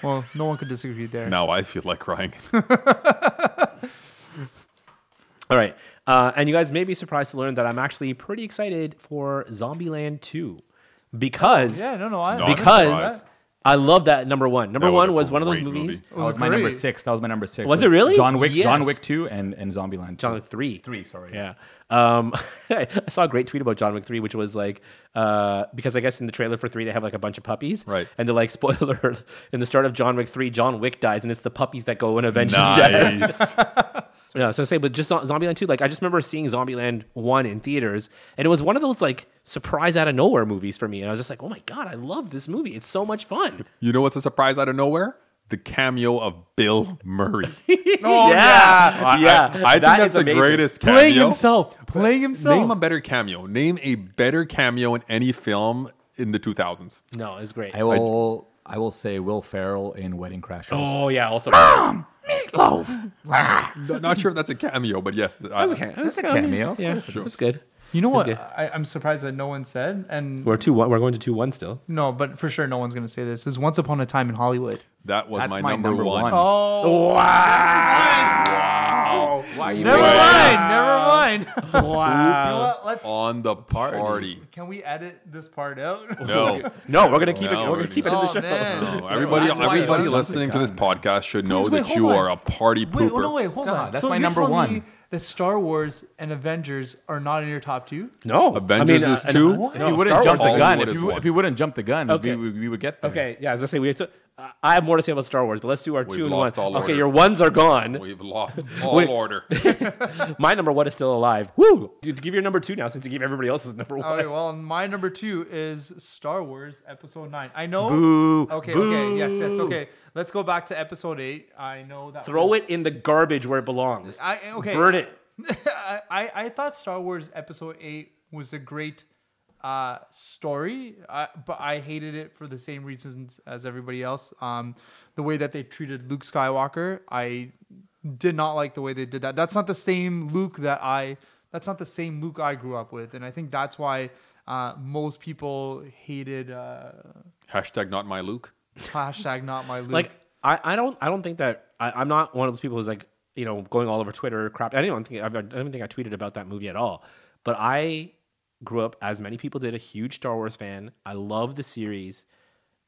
S4: well, no one could disagree there.
S3: Now I feel like crying.
S1: All right. Uh, and you guys may be surprised to learn that I'm actually pretty excited for Zombieland 2 because
S4: Oh, Yeah, no, no. I,
S3: No,
S1: because I love that number 1. Number
S3: That was
S1: 1
S3: a
S1: was one of those
S3: great
S1: movies.
S3: movie.
S2: That was my
S4: great.
S2: number six. That was my number six.
S1: Was it really?
S2: John Wick, John
S1: Yes.
S2: Wick two, and and Zombieland. 2.
S1: John Wick 3.
S2: three. Sorry.
S1: Yeah. Um, I saw a great tweet about John Wick 3, which was like, uh, because I guess in the trailer for 3, they have like a bunch of puppies.
S3: Right.
S1: And they're like, spoiler, alert, in the start of John Wick 3, John Wick dies, and it's the puppies that go and avenge his death.
S3: nice.
S1: Yeah, so I say, but just Zo- Zombieland 2, like I just remember seeing Zombieland 1 in theaters, and it was one of those like surprise out of nowhere movies for me. And I was just like, oh my God, I love this movie. It's so much fun.
S3: you know what's a surprise out of nowhere? The cameo of Bill Murray.
S1: Oh, yeah.
S3: I-
S1: Yeah.
S3: I, I think
S1: That
S3: that's
S1: is
S3: the
S1: amazing.
S3: greatest cameo.
S4: Playing himself. Playing himself.
S3: Name a better cameo. Name a better cameo in any film in the 2000s.
S1: No, it's great.
S2: I will. I, will say Will Ferrell in Wedding Crashers.
S1: oh, yeah, also.
S3: Not- Not sure if that's a cameo, but yes. I-
S1: That's a ca- that's a
S2: cameo.
S1: Yeah, that's good.
S4: You know what?
S1: good.
S4: I, I'm surprised that no one said, and
S1: We're, two, one, we're going to 2 1 still.
S4: no, but for sure no one's going to say this. Is Once Upon a Time in Hollywood.
S3: that was
S2: That's
S3: my, number, one.
S4: Oh,
S3: Wow.
S4: never mind. Never mind.
S1: Wow.
S4: Let's.
S3: On the party.
S4: Can we edit this part out?
S3: No.
S1: No, we're gonna keep
S3: No,
S1: it. We're gonna keep it in the
S4: Oh
S1: show.
S4: man.
S3: No, everybody,
S4: That's why it
S3: everybody
S4: doesn't
S3: listening to this podcast should know
S4: Please, wait,
S3: that you
S4: hold on.
S3: are a party pooper.
S4: Wait, oh, no, wait, hold
S2: God,
S4: on.
S2: that's
S4: so
S2: my
S4: you're
S2: number
S4: telling
S2: one.
S4: Me that Star Wars and Avengers are not in your top two?
S1: No,
S3: Avengers
S1: I mean,
S3: is
S1: uh,
S3: two.
S1: and-
S2: If you
S1: no,
S2: wouldn't
S1: Star
S2: jump
S1: Wars
S2: the
S1: is
S2: gun, if
S3: Hollywood is
S2: you,
S3: one.
S2: if you wouldn't jump the gun,
S1: Okay.
S2: we, would- we would get there.
S1: Okay, yeah, as I say, we have to. I- I have more to say about Star Wars, but let's do our
S3: We've
S1: two and one.
S3: lost all
S1: okay,
S3: order.
S1: your ones are gone.
S3: We've lost all
S1: Wait.
S3: order.
S1: My number one is still alive. Woo! Dude, give your number two now since you gave everybody else's number
S4: All
S1: one.
S4: right. Well, my number two is Star Wars Episode Nine. I know.
S1: Boo.
S4: Okay.
S1: Boo.
S4: Okay. Yes. Yes. Okay. Let's go back to Episode Eight. I know that.
S1: Throw
S4: was-
S1: it in the garbage where it belongs.
S4: I okay.
S1: Burn it.
S4: I, I I thought Star Wars Episode Eight was a great uh, story, uh, but I hated it for the same reasons as everybody else. Um, the way that they treated Luke Skywalker, I did not like the way they did that. That's not the same Luke that I. That's not the same Luke I grew up with, and I think that's why uh, most people hated uh,
S3: Hashtag not my Luke.
S4: hashtag Not My Luke.
S1: Like I, I don't I don't think that I, I'm not one of those people who's like you know going all over Twitter crap. I don't think I don't even think I tweeted about that movie at all. But I grew up as many people did a huge Star Wars fan. I love the series.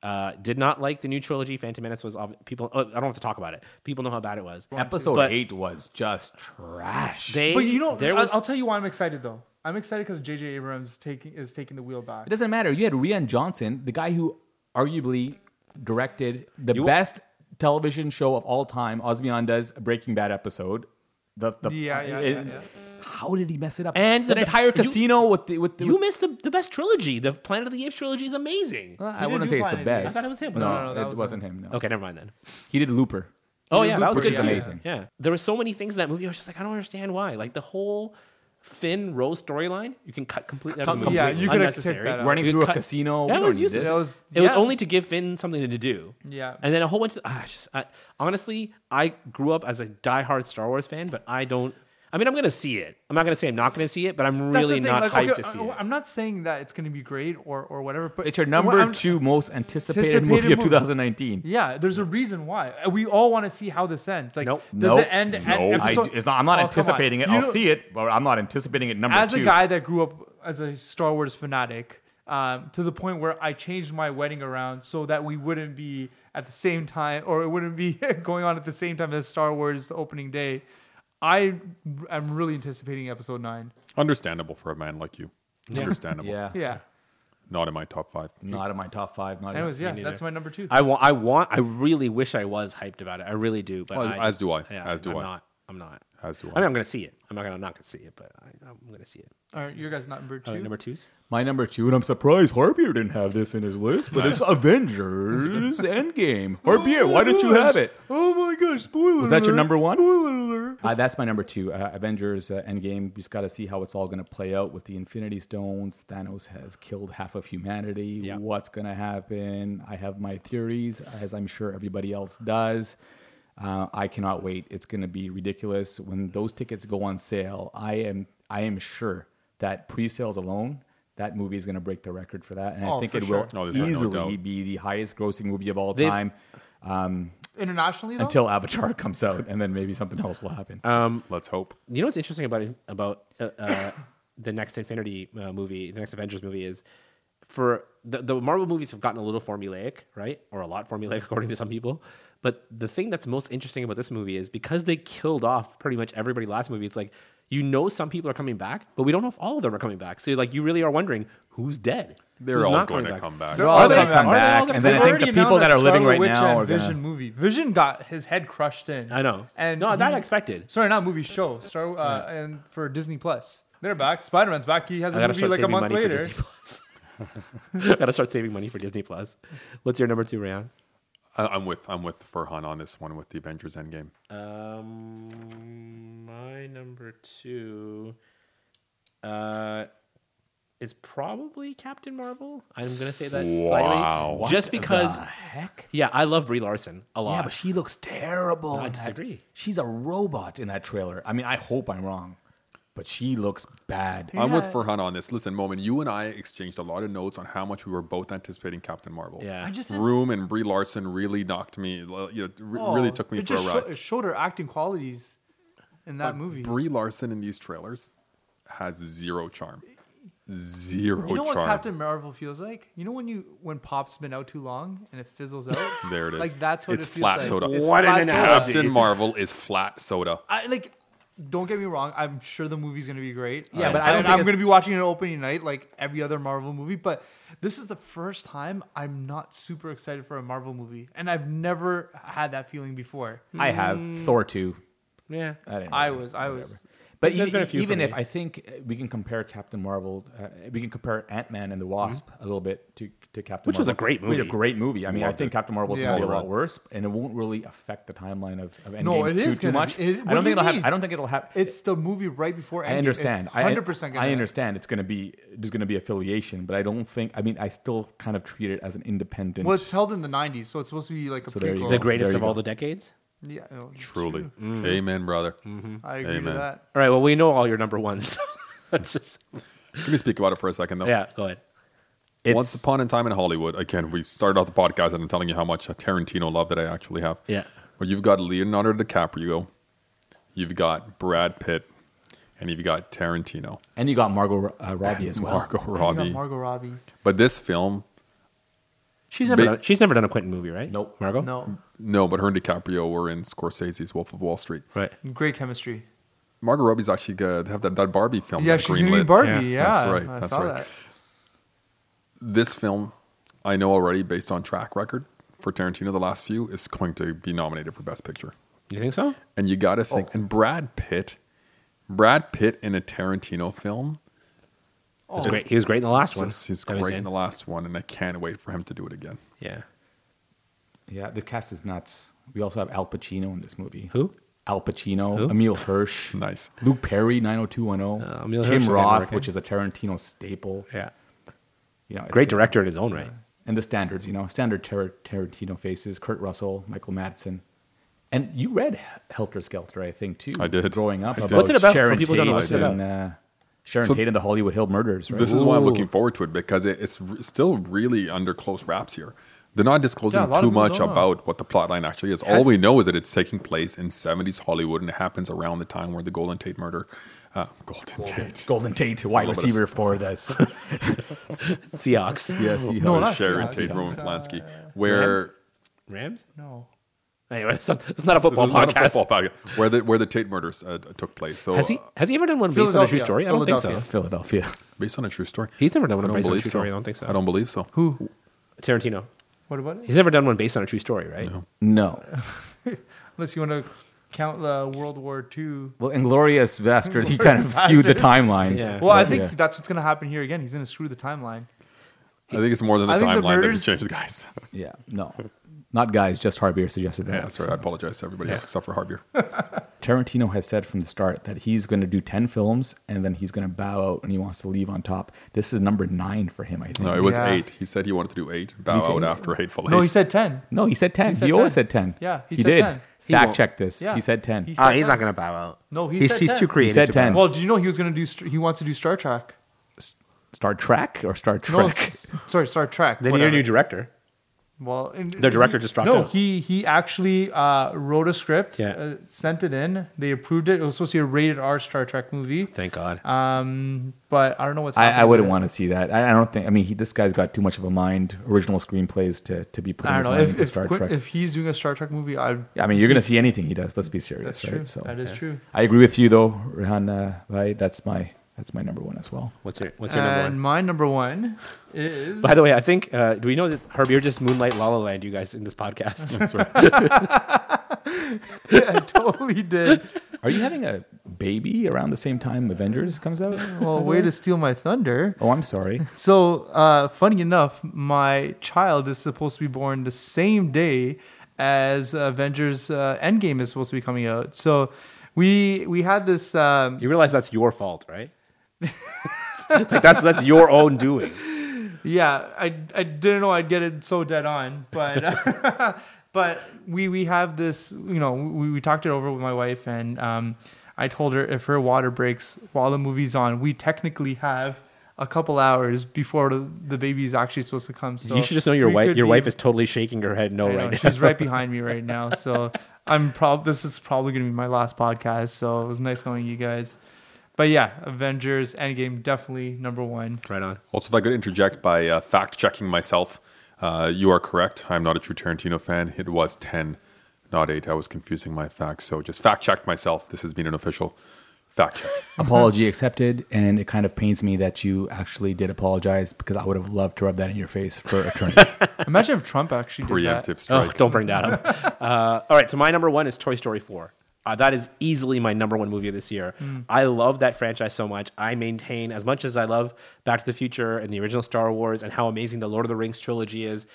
S1: Uh, did not like the new trilogy. Phantom Menace was ob- people. Oh, I don't have to talk about it. People know how bad it was.
S2: Episode
S1: But-
S2: eight was just trash.
S1: They,
S4: but you know,
S1: there
S4: I-
S1: was.
S4: I'll tell you why I'm excited though. I'm excited because J.J. Abrams taking is taking the wheel back.
S2: It doesn't matter. You had Rian Johnson, the guy who arguably directed the best television show of all time, Ozymandias Breaking Bad episode. The, the,
S4: Yeah, yeah,
S2: it-
S4: yeah, yeah.
S2: How did he mess it up?
S1: And
S2: the
S1: the-
S2: entire
S1: you-
S2: casino with the with the.
S1: you missed the, the best trilogy. The Planet of the Apes trilogy is amazing.
S2: Uh, I
S4: didn't
S2: wouldn't
S4: do
S2: say it's the
S4: Planet of the Apes.
S2: best.
S1: I thought it was him.
S2: No,
S1: No,
S4: no, that
S2: it
S4: was
S2: wasn't him. no.
S1: Okay, never mind then.
S2: He did Looper.
S1: Oh yeah, that was
S4: Looper,
S1: good.
S4: yeah.
S1: too.
S2: amazing.
S1: Yeah, there were so many things in that movie. I was just like, I don't understand why. Like the whole Finn Rose storyline, you can cut completely out of the movie.
S4: Yeah, you could have
S1: Unnecessary.
S4: taken that out.
S2: Running
S1: You
S2: through a
S1: cut-
S2: casino. we
S1: That
S2: don't
S1: was
S2: need
S1: useless.
S2: this.
S4: That was-
S1: it was
S4: yeah.
S1: only to give Finn something to do.
S4: Yeah.
S1: and then a whole bunch of ah, it's just, I, honestly, I grew up as a diehard Star Wars fan, but I don't. I mean, I'm gonna see it. I'm not gonna say I'm not gonna see it, but I'm
S4: That's the
S1: really
S4: thing,
S1: not
S4: like,
S1: hyped
S4: okay, uh,
S1: to see
S4: I,
S1: it.
S4: I'm not saying that it's going to be great or or whatever, but
S2: It's your
S4: what
S2: number
S4: I'm-
S2: two most anticipated,
S4: um, Anticipated
S2: movie of
S4: movie.
S2: 2019.
S4: Yeah, there's a reason why. Uh, We all want to see how this ends. Like,
S1: Nope.
S4: does
S2: Nope.
S4: it end at
S3: No.
S2: I,
S4: episode?
S2: it's not, I'm not
S4: Oh, come on.
S2: anticipating it.
S4: You
S2: I'll
S4: know-
S2: see it, but I'm not anticipating it. Number
S4: As
S2: two.
S4: a guy that grew up as a Star Wars fanatic, um, to the point where I changed my wedding around so that we wouldn't be at the same time, or it wouldn't be going on at the same time as Star Wars opening day. I am really anticipating episode nine.
S3: Understandable for a man like you. Understandable.
S2: yeah,
S4: Yeah.
S3: Not in my top five.
S2: not in my top five. Not
S4: Anyways,
S2: in,
S4: yeah, that's my number two.
S1: I want. I want. I really wish I was hyped about it. I really do. But
S3: Oh,
S1: I
S3: as
S1: just-
S3: do I.
S1: yeah,
S3: As do
S1: I'm
S3: I.
S1: Not. I'm not.
S3: As do
S1: I mean,
S3: I.
S1: I'm gonna see it. I'm not gonna I'm not gonna see it, but I, I'm gonna see it.
S4: All right, your guys number two.
S1: All right,
S2: Uh,
S1: number twos.
S2: My number two, and I'm surprised Harbier didn't have this in his list, but it's Avengers Endgame. Harbier, why didn't you have it?
S4: Oh my gosh! Spoiler.
S2: Was that your number one?
S4: Spoiler alert.
S2: Uh, that's my number two, uh, Avengers uh, Endgame. Just got to see how it's all going to play out with the Infinity Stones. Thanos has killed half of humanity.
S1: Yeah.
S2: What's going to happen? I have my theories, as I'm sure everybody else does. Uh, I cannot wait. It's going to be ridiculous when those tickets go on sale. I am, I am sure that pre-sales alone, that movie is going to break the record for that, and I
S4: Oh,
S2: think
S4: for
S2: it
S4: sure.
S2: will
S3: No, there's no
S2: easily
S3: doubt.
S2: be the highest-grossing movie of all
S1: They-
S2: time
S4: Internationally, though?
S2: until Avatar comes out, and then maybe something else will happen.
S3: Let's hope.
S1: You know what's interesting about about uh, uh, the next Infinity uh, movie, the next Avengers movie is for the, the Marvel movies have gotten a little formulaic, right? Or a lot formulaic, according to some people. But the thing that's most interesting about this movie is because they killed off pretty much everybody last movie. It's like you know some people are coming back, but we don't know if all of them are coming back. So like you really are wondering who's dead.
S3: They're
S1: who's
S3: all
S1: not
S3: going
S1: coming
S3: to come back.
S2: They're all
S4: Are they-
S2: going to come
S1: are they all
S2: back,
S1: gonna
S2: and
S1: come
S2: then I think the
S4: Already
S2: people
S4: announced
S2: that are living
S4: Scarlet
S2: right
S4: Witch
S2: now
S4: and
S2: are
S4: Vision
S2: going
S4: movie. Vision got his head crushed in.
S1: I know.
S4: And
S1: No, that
S4: he-
S1: expected.
S4: Sorry, not movie show. Star uh, and for Disney Plus, they're back. Spider Man's back. He has
S1: I
S4: a
S1: gotta
S4: movie
S1: start
S4: like a
S1: saving
S4: month
S1: money for
S4: later.
S1: Disney Plus. gotta start saving money for Disney Plus. What's your number two, Rayan?
S3: I, I'm with I'm with Farhan on this one with the Avengers Endgame.
S1: Um, my number two, uh, is probably Captain Marvel. I'm gonna say that
S3: Wow.
S1: slightly,
S3: What
S1: just because.
S2: heck?
S1: Yeah, I love Brie Larson a lot.
S2: Yeah, but she looks terrible.
S1: I
S2: in that-
S1: disagree.
S2: She's a robot in that trailer. I mean, I hope I'm wrong, but she looks bad.
S3: I'm with Farhan on this. Listen, Moment, you and I exchanged a lot of notes on how much we were both anticipating Captain Marvel.
S1: Yeah. I
S4: just-
S3: Room and Brie Larson really knocked me. l- You know, re- really took me
S4: Oh, it
S3: for a
S4: just
S3: ride.
S4: sho- it showed her acting qualities in that movie.
S3: Brie Larson in these trailers has zero charm. Zero
S4: you know what
S3: charm.
S4: Captain Marvel feels like? You know when you when pop's been out too long and it fizzles out.
S3: there it is.
S4: Like that's what
S3: it's
S4: it feels
S3: flat
S4: like.
S3: soda.
S4: It's
S1: What an
S4: flat soda.
S1: analogy.
S3: Captain Marvel is flat soda.
S4: I like don't get me wrong. I'm sure the movie's gonna be great.
S2: Yeah,
S4: And-
S2: but I don't
S4: and
S2: think
S4: I'm
S2: it's-
S4: gonna be watching it opening night like every other Marvel movie. But this is the first time I'm not super excited for a Marvel movie, and I've never had that feeling before.
S2: I have Thor two.
S1: Yeah.
S2: Hmm. I, didn't
S4: I
S2: know.
S4: was, I was.
S2: But
S1: There's
S2: e-
S1: been a few for
S2: even
S1: me.
S2: if I think uh, we can compare Captain Marvel, uh, we can compare Ant Man and the Wasp
S4: Mm-hmm.
S2: a little bit to, to Captain,
S1: Which was a
S2: Marvel.
S1: great
S2: We had
S1: movie.
S2: a great movie. I mean, I
S3: Loved
S2: think
S3: it.
S2: Captain Marvel is
S4: Yeah.
S2: going to be a
S3: Well
S2: lot worse, and it won't really affect the timeline of, of Endgame
S4: No, it
S2: too,
S4: is
S2: too
S4: gonna
S2: much.
S4: be- it-
S2: I
S4: what
S2: don't
S4: do
S2: think
S4: you
S2: it'll have.
S4: mean?
S2: I don't think it'll have.
S4: It's the movie right before.
S2: I understand. I
S4: Hundred percent.
S2: I understand. It's going to be there's going to be affiliation, but I don't think. I mean, I still kind of treat it as an independent.
S4: Well, it's held in the '90s, so it's supposed to be like a
S2: So there you
S4: prequel.
S2: go.
S1: The greatest
S2: There you
S1: of all
S2: go.
S1: the decades.
S4: yeah, no,
S3: Truly.
S4: Mm-hmm.
S3: Amen, brother.
S4: I agree
S3: Amen.
S4: with that.
S1: All right. Well, we know all your number ones. Let's just
S3: Can we speak about it for a second, though?
S1: yeah. Go ahead.
S2: it's,
S3: Once upon a time in Hollywood, again, we started off the podcast and I'm telling you how much Tarantino love that I actually have.
S1: Yeah.
S3: But you've got Leonardo DiCaprio, you've got Brad Pitt, and you've got Tarantino,
S2: and you got Margot uh, Robbie as well.
S3: Margot
S4: You got
S3: Robbie.
S4: Margot Robbie.
S3: but this film,
S1: She's never
S3: Ba-
S1: done, she's never done a Quentin movie, right?
S2: Nope.
S1: Margot.
S4: No,
S3: no, but her and DiCaprio were in Scorsese's Wolf of Wall Street.
S1: Right.
S4: great chemistry.
S3: Margot Robbie's actually good. They have that, that Barbie film.
S4: Yeah,
S3: that
S4: she's gonna be
S3: greenlit.
S4: Barbie.
S1: Yeah,
S4: Yeah,
S3: that's right,
S4: I
S3: that's
S4: saw
S3: right.
S4: that.
S3: This film, I know already based on track record for Tarantino, the last few, is going to be nominated for Best Picture.
S1: You think so?
S3: And you got to
S4: Oh.
S3: think. And Brad Pitt, Brad Pitt in a Tarantino film.
S1: That's great. He was great in the last one.
S3: Oh. He's- He's
S1: that was
S3: great in the last one, and I can't wait for him to do it again.
S1: Yeah.
S2: Yeah, the cast is nuts. We also have Al Pacino in this movie.
S1: Who?
S2: Al Pacino,
S1: Who?
S2: Emil Hirsch,
S3: Nice.
S2: Luke Perry, 90210,
S1: Uh, Emil
S2: Tim
S1: Hirsch is
S2: Roth,
S1: American.
S2: which is a Tarantino staple.
S1: Yeah.
S2: You know, it's
S1: Great
S2: good.
S1: director in his own right.
S2: And the standards, you know, standard Tar- Tarantino faces: Kurt Russell, Michael Madsen, and you read Helter Skelter, I think, too.
S3: I did.
S2: Growing up, about
S1: What's it about for
S2: Sharon
S1: people who
S2: Tate
S1: don't know? What's it about?
S2: and uh, Sharon
S3: So-
S2: Tate and the Hollywood Hill murders. Right?
S3: This is why I'm
S1: Ooh.
S3: looking forward to it because it, it's r- still really under close wraps here. They're not disclosing
S4: Yeah, a lot
S3: too
S4: of people
S3: much
S4: don't know.
S3: about what the plot line actually is. All we know is that it's taking place in 70s Hollywood and it happens around the time where the Golden Tate murder, uh, Golden, Tate,
S2: Golden Tate, wide
S3: little bit of
S2: receiver for this.
S1: Seahawks.
S2: yes, he
S4: No,
S3: uh,
S4: not
S3: Sharon
S4: Seahawks.
S3: Tate, Roman
S4: It's, uh,
S3: Polanski, where
S1: Rams? Rams?
S4: No,
S1: Anyway, it's not, it's not a football
S3: this is not a
S1: podcast.
S3: football podcast, where the where the Tate murders uh, took place. So
S1: Has he
S3: uh,
S1: has he ever done one based on a true
S4: Philadelphia.
S1: story? I don't think so.
S4: Philadelphia.
S2: Philadelphia.
S3: based on a true story?
S1: He's never done one
S3: I don't
S1: based on a
S3: believe
S1: true
S3: so.
S1: story, I don't think so.
S3: I don't believe so.
S4: who?
S1: Tarantino.
S4: What about it?
S1: He's never done one based on a true story, right?
S3: No.
S2: No.
S4: Unless you want to count the World War II.
S2: Well, Inglorious Bastards, he kind of skewed the timeline.
S1: Yeah.
S4: Well, I
S2: But,
S4: think
S2: yeah.
S4: that's what's gonna happen here again. He's gonna screw the timeline.
S3: I think it's more than the
S4: I think the
S3: timeline that has
S4: murders-
S3: changed, guys.
S2: Yeah, no. Not guys, just Harbier suggested that.
S3: Yeah, that's right. I apologize to everybody else except for Harbier.
S2: Tarantino has said from the start that he's going to do 10 films and then he's going to bow out and he wants to leave on top. This is number nine for him, I think.
S3: No,
S2: No,
S3: it was
S4: Yeah.
S3: eight. He said he wanted to do eight. Bow
S2: He said
S3: out
S2: eight?
S3: after Hateful Eight.
S4: No, he said ten.
S2: he said 10. He,
S4: said
S2: always
S4: 10.
S2: said 10.
S4: Yeah, he
S2: he
S4: said
S2: did.
S4: 10.
S1: He
S2: Fact
S1: won't.
S2: check this.
S4: Yeah.
S2: He said 10.
S4: He said-
S1: Oh,
S4: said
S1: he's not
S4: 10.
S1: going to bow out.
S4: No, he
S1: he's,
S4: said
S1: he's
S4: 10.
S1: too creative.
S2: said
S1: to bow
S2: 10.
S1: out.
S4: Well, did you know he was gonna do? Str- He wants to do Star Trek.
S2: Star Trek or Star
S4: No,
S2: Trek?
S4: s- sorry, Star Trek.
S1: then
S4: whatever.
S1: you're a new director.
S4: Well, and,
S1: Their director
S4: he-
S1: just dropped
S4: No,
S1: out.
S4: he he actually uh, wrote a script,
S1: Yeah.
S4: uh, sent it in. They approved it. It was supposed to be a rated R Star Trek movie.
S1: Thank God.
S4: Um, but I don't know what's.
S2: I,
S4: happening
S2: I wouldn't
S4: with
S2: want to see that. I, I don't think. I mean, he, this guy's got too much of a mind. Original screenplays to, to be
S4: it.
S2: putting
S4: I
S2: his
S4: don't know
S2: mind
S4: if
S2: into
S4: if,
S2: Star
S4: Quin-
S2: Trek.
S4: if he's doing a Star Trek movie, I
S2: Yeah, I mean, you're going to see anything he does. Let's be serious,
S4: that's
S2: right?
S4: true. that is true.
S2: I agree with you though, Rehan uh, Bhai. That's my that's my number one as well.
S1: what's your what's your number
S4: And
S1: one?
S4: my number one is
S1: By the way, I think uh, do we know that Herbier just moonlight La La Land you guys in this podcast?
S4: I totally did.
S2: Are you having a baby around the same time Avengers comes out?
S4: Well, way to steal my thunder.
S2: Oh, I'm sorry.
S4: So, uh, funny enough, my child is supposed to be born the same day as Avengers uh, Endgame is supposed to be coming out. So, we we had this. Um,
S1: You realize that's your fault, right? like that's that's your own doing.
S4: yeah, I I didn't know I'd get it so dead on, but but we we have this. You know, we we talked it over with my wife, and um, I told her if her water breaks while the movie's on, we technically have. A couple hours before the, the baby is actually supposed to come. So
S1: you should just know your
S4: we
S1: wife.
S4: could
S1: Your
S4: be-
S1: wife is totally shaking her head no
S4: I know,
S1: right now.
S4: she's right behind me right now. So I'm probably this is probably gonna be my last podcast. So it was nice knowing you guys. But yeah, Avengers Endgame definitely number one.
S1: Right on.
S3: Also, if I could interject by uh, fact checking myself, uh, you are correct. I'm not a true Tarantino fan. It was 10. not eight. I was confusing my facts. So just fact check myself. This has been an official fact check.
S2: Apology accepted, and it kind of pains me that you actually did apologize because I would have loved to rub that in your face for eternity.
S4: Imagine if Trump actually did that.
S3: Preemptive
S1: Oh,
S3: strike.
S1: don't bring that up. uh, all right, so my number one is Toy Story 4. Uh, that is easily my number one movie of this year. I love that franchise so much. I maintain, as much as I love Back to the Future and the original Star Wars and how amazing the Lord of the Rings trilogy is,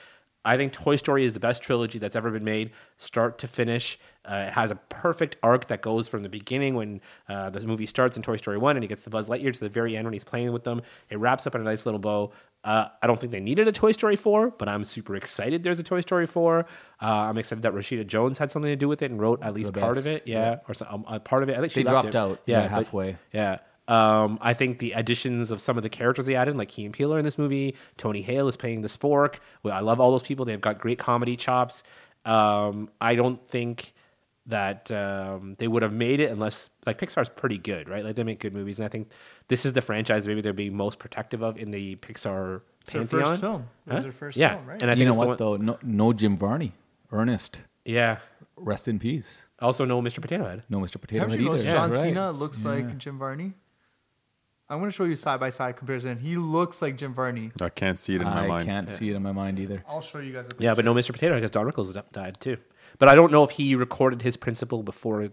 S1: I think Toy Story is the best trilogy that's ever been made, start to finish. Uh, it has a perfect arc that goes from the beginning when uh, the movie starts in Toy Story 1 and he gets the Buzz Lightyear to the very end when he's playing with them. It wraps up in a nice little bow. Uh, I don't think they needed a Toy Story 4, but I'm super excited there's a Toy Story 4. Uh, I'm excited that Rashida Jones had something to do with it and wrote at least part of
S2: best.
S1: it. Yeah, or some, um, a part of it. I think she
S2: They
S1: left
S2: dropped
S1: it.
S2: out, yeah,
S1: but-
S2: halfway.
S1: yeah. Um, I think the additions of some of the characters they added, like Keen Peeler in this movie, Tony Hale is playing the Spork. Well, I love all those people. They've got great comedy chops. Um, I don't think that um, they would have made it unless like Pixar's pretty good, right? Like they make good movies, and I think this is the franchise maybe they're being most protective of in the Pixar
S4: It's their
S1: pantheon.
S4: first film. It was their first
S1: yeah,
S4: film, right?
S1: and I think
S2: you know
S1: it's the
S2: what,
S1: one-
S2: though? No, no Jim Varney. Ernest,
S1: yeah.
S2: rest in peace.
S1: Also, no Mr. Potato Head.
S2: No Mr. Potato
S4: How
S2: Head
S4: she goes,
S2: either.
S4: John
S2: right.
S4: Cena looks like Jim Varney. I'm going to show you side by side comparison. He looks like Jim Varney.
S3: I can't see it in my
S2: I
S3: mind.
S2: can't see it in my mind either.
S4: I'll show you guys. A picture.
S1: Yeah, but no Mr. Potato Head because Don Rickles died too. But I don't know if he recorded his principal before. before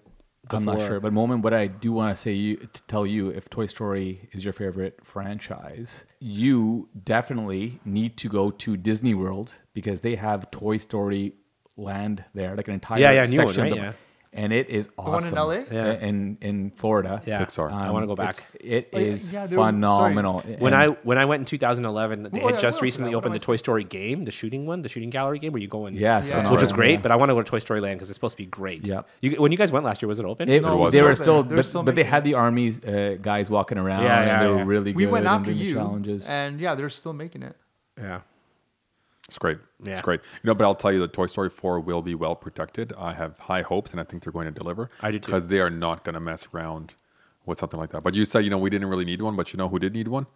S2: I'm not sure, but moment, what I do want to say you, to tell you, if Toy Story is your favorite franchise, you definitely need to go to Disney World because they have Toy Story Land there, like an entire
S1: Yeah, yeah, new one,
S2: section of
S1: right?
S2: the-
S1: Yeah.
S2: and it is awesome.
S4: one in LA?
S1: Yeah.
S2: in in Florida.
S1: Yeah,
S3: Pixar.
S1: I want to go back.
S2: Um, it's- It
S4: Oh, yeah,
S2: is
S4: yeah, they were- sorry.
S2: phenomenal.
S1: When
S2: And-
S1: I when I went in 2011, they
S4: Oh,
S1: had
S4: yeah,
S1: just
S4: we're
S1: recently
S4: open.
S1: opened the
S4: Otherwise-
S1: Toy Story game, the shooting one, the shooting gallery game where you go and
S2: yeah, it's
S4: Yeah.
S2: phenomenal.
S1: which is great.
S2: Yeah.
S1: But I want to go to Toy Story Land because it's supposed to be great.
S2: Yeah.
S1: You, when you guys went last year, was it open?
S2: It,
S4: No,
S3: it
S2: they were
S3: wasn't.
S2: still,
S4: They're
S2: but,
S4: still
S2: but they
S4: making-
S2: had the armies uh, guys walking around,
S1: Yeah, yeah,
S2: and they were
S1: yeah.
S2: really
S4: we
S2: good.
S4: went
S2: and
S4: after
S2: doing the
S4: you,
S2: challenges.
S4: and yeah, they're still making it.
S1: yeah.
S3: It's great.
S1: Yeah.
S3: It's great. You know, but I'll tell you that Toy Story 4 will be well protected. I have high hopes and I think they're going to deliver.
S1: I do too.
S3: Because they are not going to mess around with something like that. But you said, you know, we didn't really need one, but you know who did need one?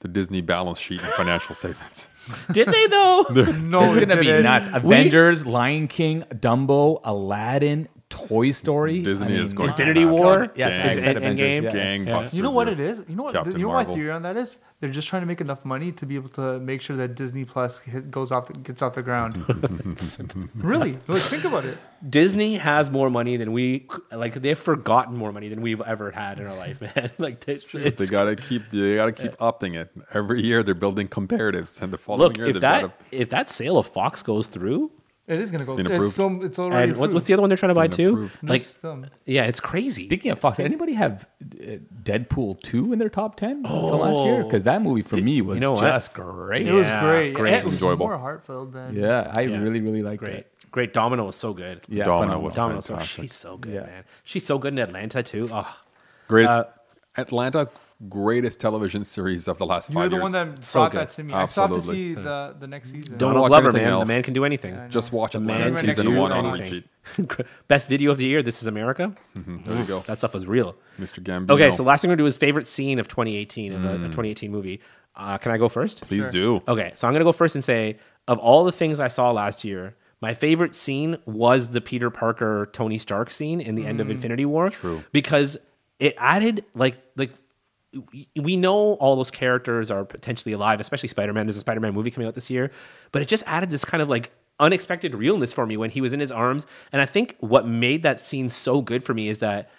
S3: The Disney balance sheet and financial statements.
S1: Did they though?
S4: No,
S2: It's gonna be
S4: didn't.
S2: nuts. Avengers, Lion King, Dumbo, Aladdin, Toy Story.
S3: Disney
S2: I mean,
S3: is going
S1: Infinity
S3: to
S1: War? Yes,
S2: I said
S1: Avengers,
S3: gang,
S1: yeah.
S3: gang
S1: Yeah.
S4: You know what it is? You know what?
S3: Captain
S4: you know
S3: Marvel.
S4: my theory on that is? They're just trying to make enough money to be able to make sure that Disney Plus hit, goes off, the, gets off the ground. really? Like, think about it.
S1: Disney has more money than we like. They've forgotten more money than we've ever had in our life, man. Like it's, it's
S3: They gotta keep. They gotta keep upping it every year. They're building comparatives, and the following
S1: look
S3: year
S1: if
S3: they've
S1: that
S3: got to
S1: if that sale of Fox goes through,
S4: It is gonna go.
S3: been
S4: It's,
S3: approved.
S4: so, it's already.
S1: and what's, what's the other one they're trying to buy
S3: Been
S1: too?
S3: approved.
S1: Like
S4: um,
S1: yeah, it's crazy.
S2: Speaking of Fox, did anybody have uh, Deadpool two in their top ten from last year?
S4: Oh.
S2: Because that movie for me was
S1: know what?
S2: just great.
S4: it was
S1: Yeah,
S4: great.
S1: great.
S4: It was
S3: Enjoyable.
S4: more heartfelt than.
S2: Yeah, I
S1: Yeah.
S2: really really liked
S1: great,
S2: it.
S1: great. Domino was so good. Yeah.
S2: Yeah,
S3: Domino
S2: phenomenal.
S3: was
S1: Domino so
S3: fantastic.
S1: she's so good,
S2: Yeah.
S1: man. She's so good in Atlanta too. Oh,
S3: greatest
S4: Uh,
S3: Atlanta greatest television series of the last
S4: You were
S3: five
S4: the
S3: years.
S4: one that
S1: So
S4: brought
S1: good.
S4: that to me. I still have to
S3: Absolutely.
S4: see the, the next season.
S3: Don't
S1: Donald
S3: watch
S1: Glover,
S3: anything
S1: man.
S3: else.
S1: The man can do anything.
S3: Just watch
S1: man
S3: Atlanta
S4: can do
S3: season one on
S4: anything.
S3: repeat.
S1: Best video of the year. This is America.
S3: There you go,
S1: That stuff was real.
S3: Mr. Gambino.
S1: Okay, so last thing we're gonna do is favorite scene of 2018 of a,
S3: Mm.
S1: a 2018 movie. Uh, can I go first?
S3: please do.
S1: Okay, so I'm gonna go first and say of all the things I saw last year, my favorite scene was the Peter Parker Tony Stark scene in the end of Infinity War. True, because it added like like we- we know all those characters are potentially alive, especially Spider Man. There's a Spider Man movie coming out this year, but it just added this kind of like unexpected realness for me when he was in his arms. And I think what made that scene so good for me is that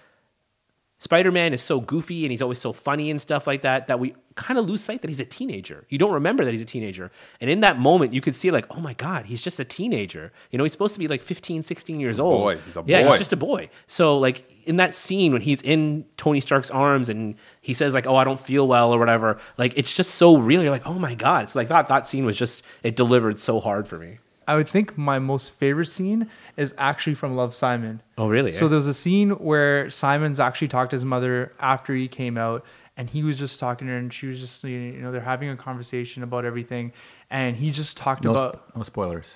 S1: Spider Man is so goofy and he's always so funny and stuff like that that we kind of lose sight that he's a teenager. You don't remember that he's a teenager. And in that moment, you could see, like, oh my God, he's just a teenager. You know, he's supposed to be like 15, 16 years old.
S3: boy. He's a
S1: yeah,
S3: boy.
S1: he's just a boy. So, like, in that scene when he's in Tony Stark's arms and he says, like, oh, I don't feel well or whatever, like, it's just so real. You're like, oh my God. It's like that, that scene was just, it delivered so hard for me.
S4: I would think my most favorite scene is actually from Love Simon.
S1: Oh, really?
S4: So
S1: Eh?
S4: there's a scene where Simon's actually talked to his mother after he came out, and he was just talking to her, and she was just you know they're having a conversation about everything, and he just talked
S2: No,
S4: about
S2: sp- no spoilers.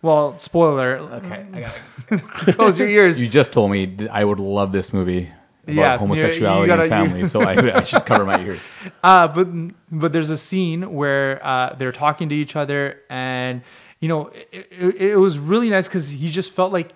S4: well spoiler okay I got close your ears
S2: You just told me that I would love this movie about
S4: Yeah, you-
S2: homosexuality
S4: you gotta-
S2: and family,
S4: you-
S2: so I, I should cover my ears.
S4: uh, but but there's a scene where uh, they're talking to each other, and you know it, it, it was really nice because he just felt like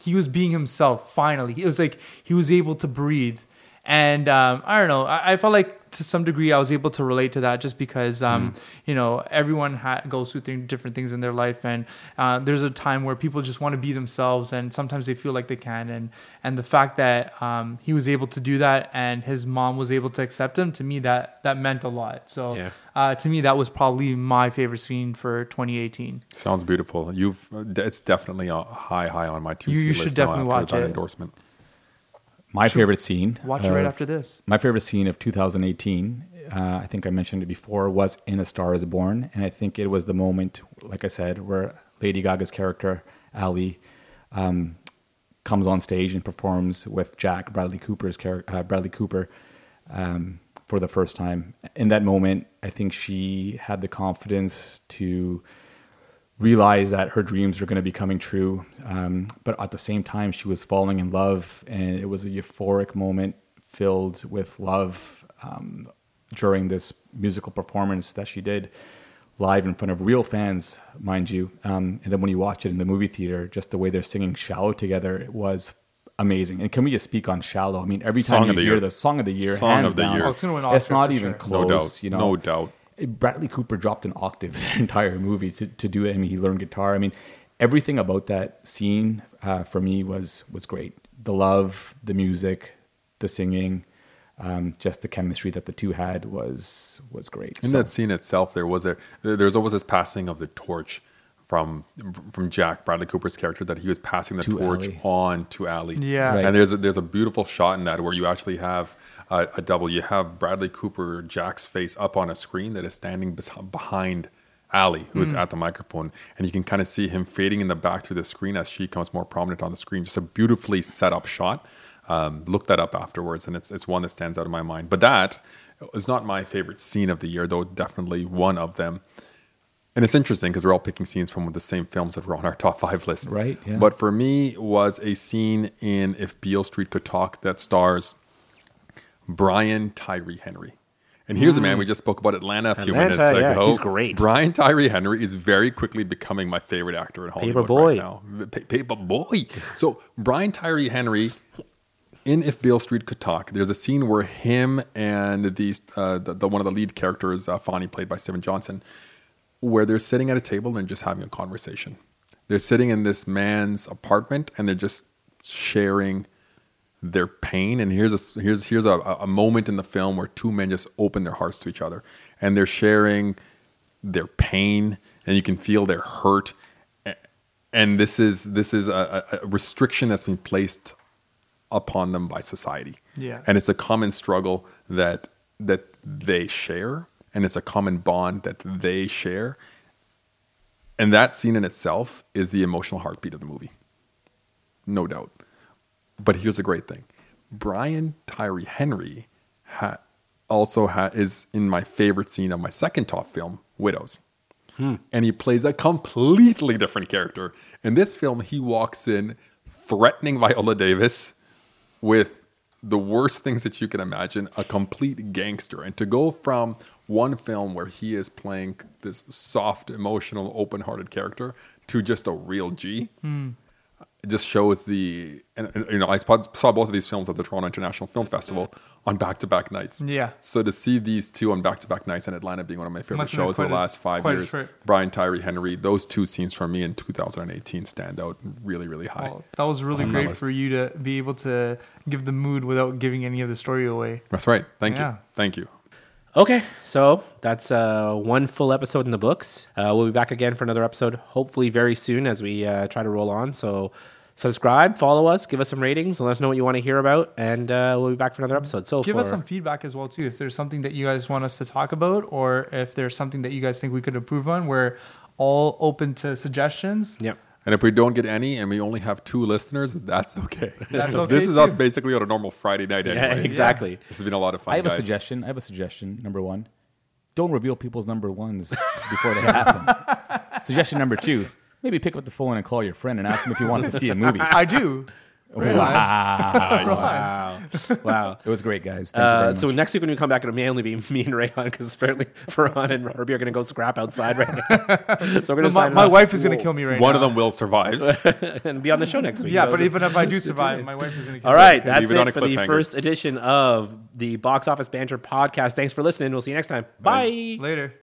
S4: he was being himself finally. It was like he was able to breathe, and um, I don't know. I, I felt like to some degree I was able to relate to that just because um, you know everyone ha- goes through thing- different things in their life, and uh, there's a time where people just want to be themselves, and sometimes they feel like they can, and and the fact that um, he was able to do that, and his mom was able to accept him, to me that that meant a lot. So
S1: Yeah.
S4: uh, to me that was probably my favorite scene for 2018.
S3: Sounds beautiful. You've uh, it's definitely a high, high on my two.
S4: You-
S3: C
S4: you
S3: list
S4: should
S3: now
S4: definitely
S3: after
S4: watch
S3: that
S4: it.
S3: endorsement.
S2: My favorite scene. uh,
S4: Watch it right
S2: of-
S4: after this.
S2: My favorite scene of 2018, uh, I think I mentioned it before, was in A Star Is Born, and I think it was the moment, like I said, where Lady Gaga's character Ali um, comes on stage and performs with Jack Bradley Cooper's character, uh, Bradley Cooper, um, for the first time. In that moment, I think she had the confidence to realize that her dreams are going to be coming true. Um, but at the same time, she was falling in love, and it was a euphoric moment filled with love um, during this musical performance that she did live in front of real fans, mind you. Um, and then when you watch it in the movie theater, just the way they're singing "Shallow" together, it was amazing. And can we just speak on "Shallow"? I mean, every time
S3: Song
S2: you
S3: of the
S2: hear
S3: year.
S2: the song of the year,
S3: Song
S2: hands
S3: of the
S2: down,
S3: year. Oh,
S4: it's gonna win
S2: it's
S4: Oscar
S2: not
S4: for
S2: even
S4: sure.
S2: close.
S3: No doubt.
S2: You know,
S3: No doubt.
S2: Bradley Cooper dropped an octave the entire movie to, to do it. I mean, he learned guitar. I mean, everything about that scene uh, for me was was great. The love, the music, the singing, um, just the chemistry that the two had was was great.
S3: In
S2: So-
S3: that scene itself, there was a there's always this passing of the torch from from Jack Bradley Cooper's character that he was passing the
S2: To
S3: torch
S2: Ally.
S3: on to Ally.
S4: Yeah. Right.
S3: and there's a, there's a beautiful shot in that where you actually have a, a double. You have Bradley Cooper Jack's face up on a screen that is standing bes- behind. Ally, who is at the microphone, and you can kind of see him fading in the back through the screen as she comes more prominent on the screen. Just a beautifully set up shot. Um, look that up afterwards, and it's it's one that stands out in my mind. But that is not my favorite scene of the year, though definitely one of them. And it's interesting because we're all picking scenes from the same films that were on our top five list.
S2: Right, yeah.
S3: But for me, was a scene in If Beale Street Could Talk that stars Brian Tyree Henry. And here's a man we just spoke about Atlanta a few
S1: Hmm. Atlanta,
S3: minutes
S1: yeah,
S3: ago.
S1: he's great.
S3: Brian Tyree Henry is very quickly becoming my favorite actor in Hollywood
S1: Paperboy.
S3: right now. Pa- Paperboy. So Brian Tyree Henry in If Beale Street Could Talk, there's a scene where him and these uh, the, the one of the lead characters, uh, Fonny, played by Steven Johnson, where they're sitting at a table and just having a conversation. They're sitting in this man's apartment and they're just sharing their pain. And here's a here's here's a, a moment in the film where two men just open their hearts to each other and they're sharing their pain and you can feel their hurt. A- And this is this is a, a- a restriction that's been placed upon them by society.
S4: Yeah.
S3: And it's a common struggle that that they share and it's a common bond that they share. And that scene in itself is the emotional heartbeat of the movie. No doubt. But here's the great thing. Brian Tyree Henry ha- also ha- is in my favorite scene of my second top film, Widows. And he plays a completely different character. In this film, he walks in threatening Viola Davis with the worst things that you can imagine a complete gangster and to go from one film where he is playing this soft emotional open-hearted character to just a real g it just shows the and, and, you know i saw saw both of these films at the toronto international film festival on back-to-back nights
S4: Yeah.
S3: so to see these two on back-to-back nights in atlanta being one of my favorite
S4: Must have been
S3: shows in
S4: quite
S3: the
S4: a-
S3: last five
S4: quite a
S3: years
S4: trip.
S3: brian tyree henry those two scenes for me in 2018 stand out really really high
S4: Well, that was really
S3: on my
S4: great
S3: list.
S4: for you to be able to give the mood without giving any of the story away.
S3: that's right thank
S4: Yeah.
S3: you thank you
S1: Okay, so that's uh, one full episode in the books. Uh, we'll be back again for another episode, hopefully very soon as we uh, try to roll on. So subscribe, follow us, give us some ratings, and let us know what you want to hear about, and uh, we'll be back for another episode. So
S4: Give us
S1: for-
S4: some feedback as well too. If there's something that you guys want us to talk about, or if there's something that you guys think we could improve on, we're all open to suggestions.
S1: Yep.
S3: And if we don't get any and we only have two listeners, that's okay.
S4: That's okay,
S3: this is us
S4: too.
S3: basically on a normal Friday night
S1: Yeah,
S3: anyway.
S1: exactly.
S3: This has been a lot of fun.
S2: I have a
S3: guys.
S2: suggestion. I have a suggestion. Number one, don't reveal people's number ones before they happen. suggestion number two, maybe pick up the phone and call your friend and ask him if he wants to see a movie.
S4: I do.
S1: Wow. Wow.
S2: It was great, guys. Thank you
S1: Uh,
S2: very
S1: so
S2: much.
S1: next week when we come back, it'll mainly be me and Rayhan because apparently Farhan and Herbie are going to go scrap outside right now. so we're going to
S4: my,
S1: sign
S4: my
S1: off
S4: wife is going to kill me right
S3: One
S4: now.
S3: of them will survive.
S1: and be on the show next week.
S4: Yeah,
S1: So
S4: but
S1: just-
S4: even if I do survive, my wife is going to kill
S1: all right,
S4: me.
S1: that's
S3: Leave it on
S1: it
S3: a
S1: for the
S3: cliffhanger.
S1: first edition of the Box Office Banter podcast. Thanks for listening. We'll see you next time. Bye.
S4: Later.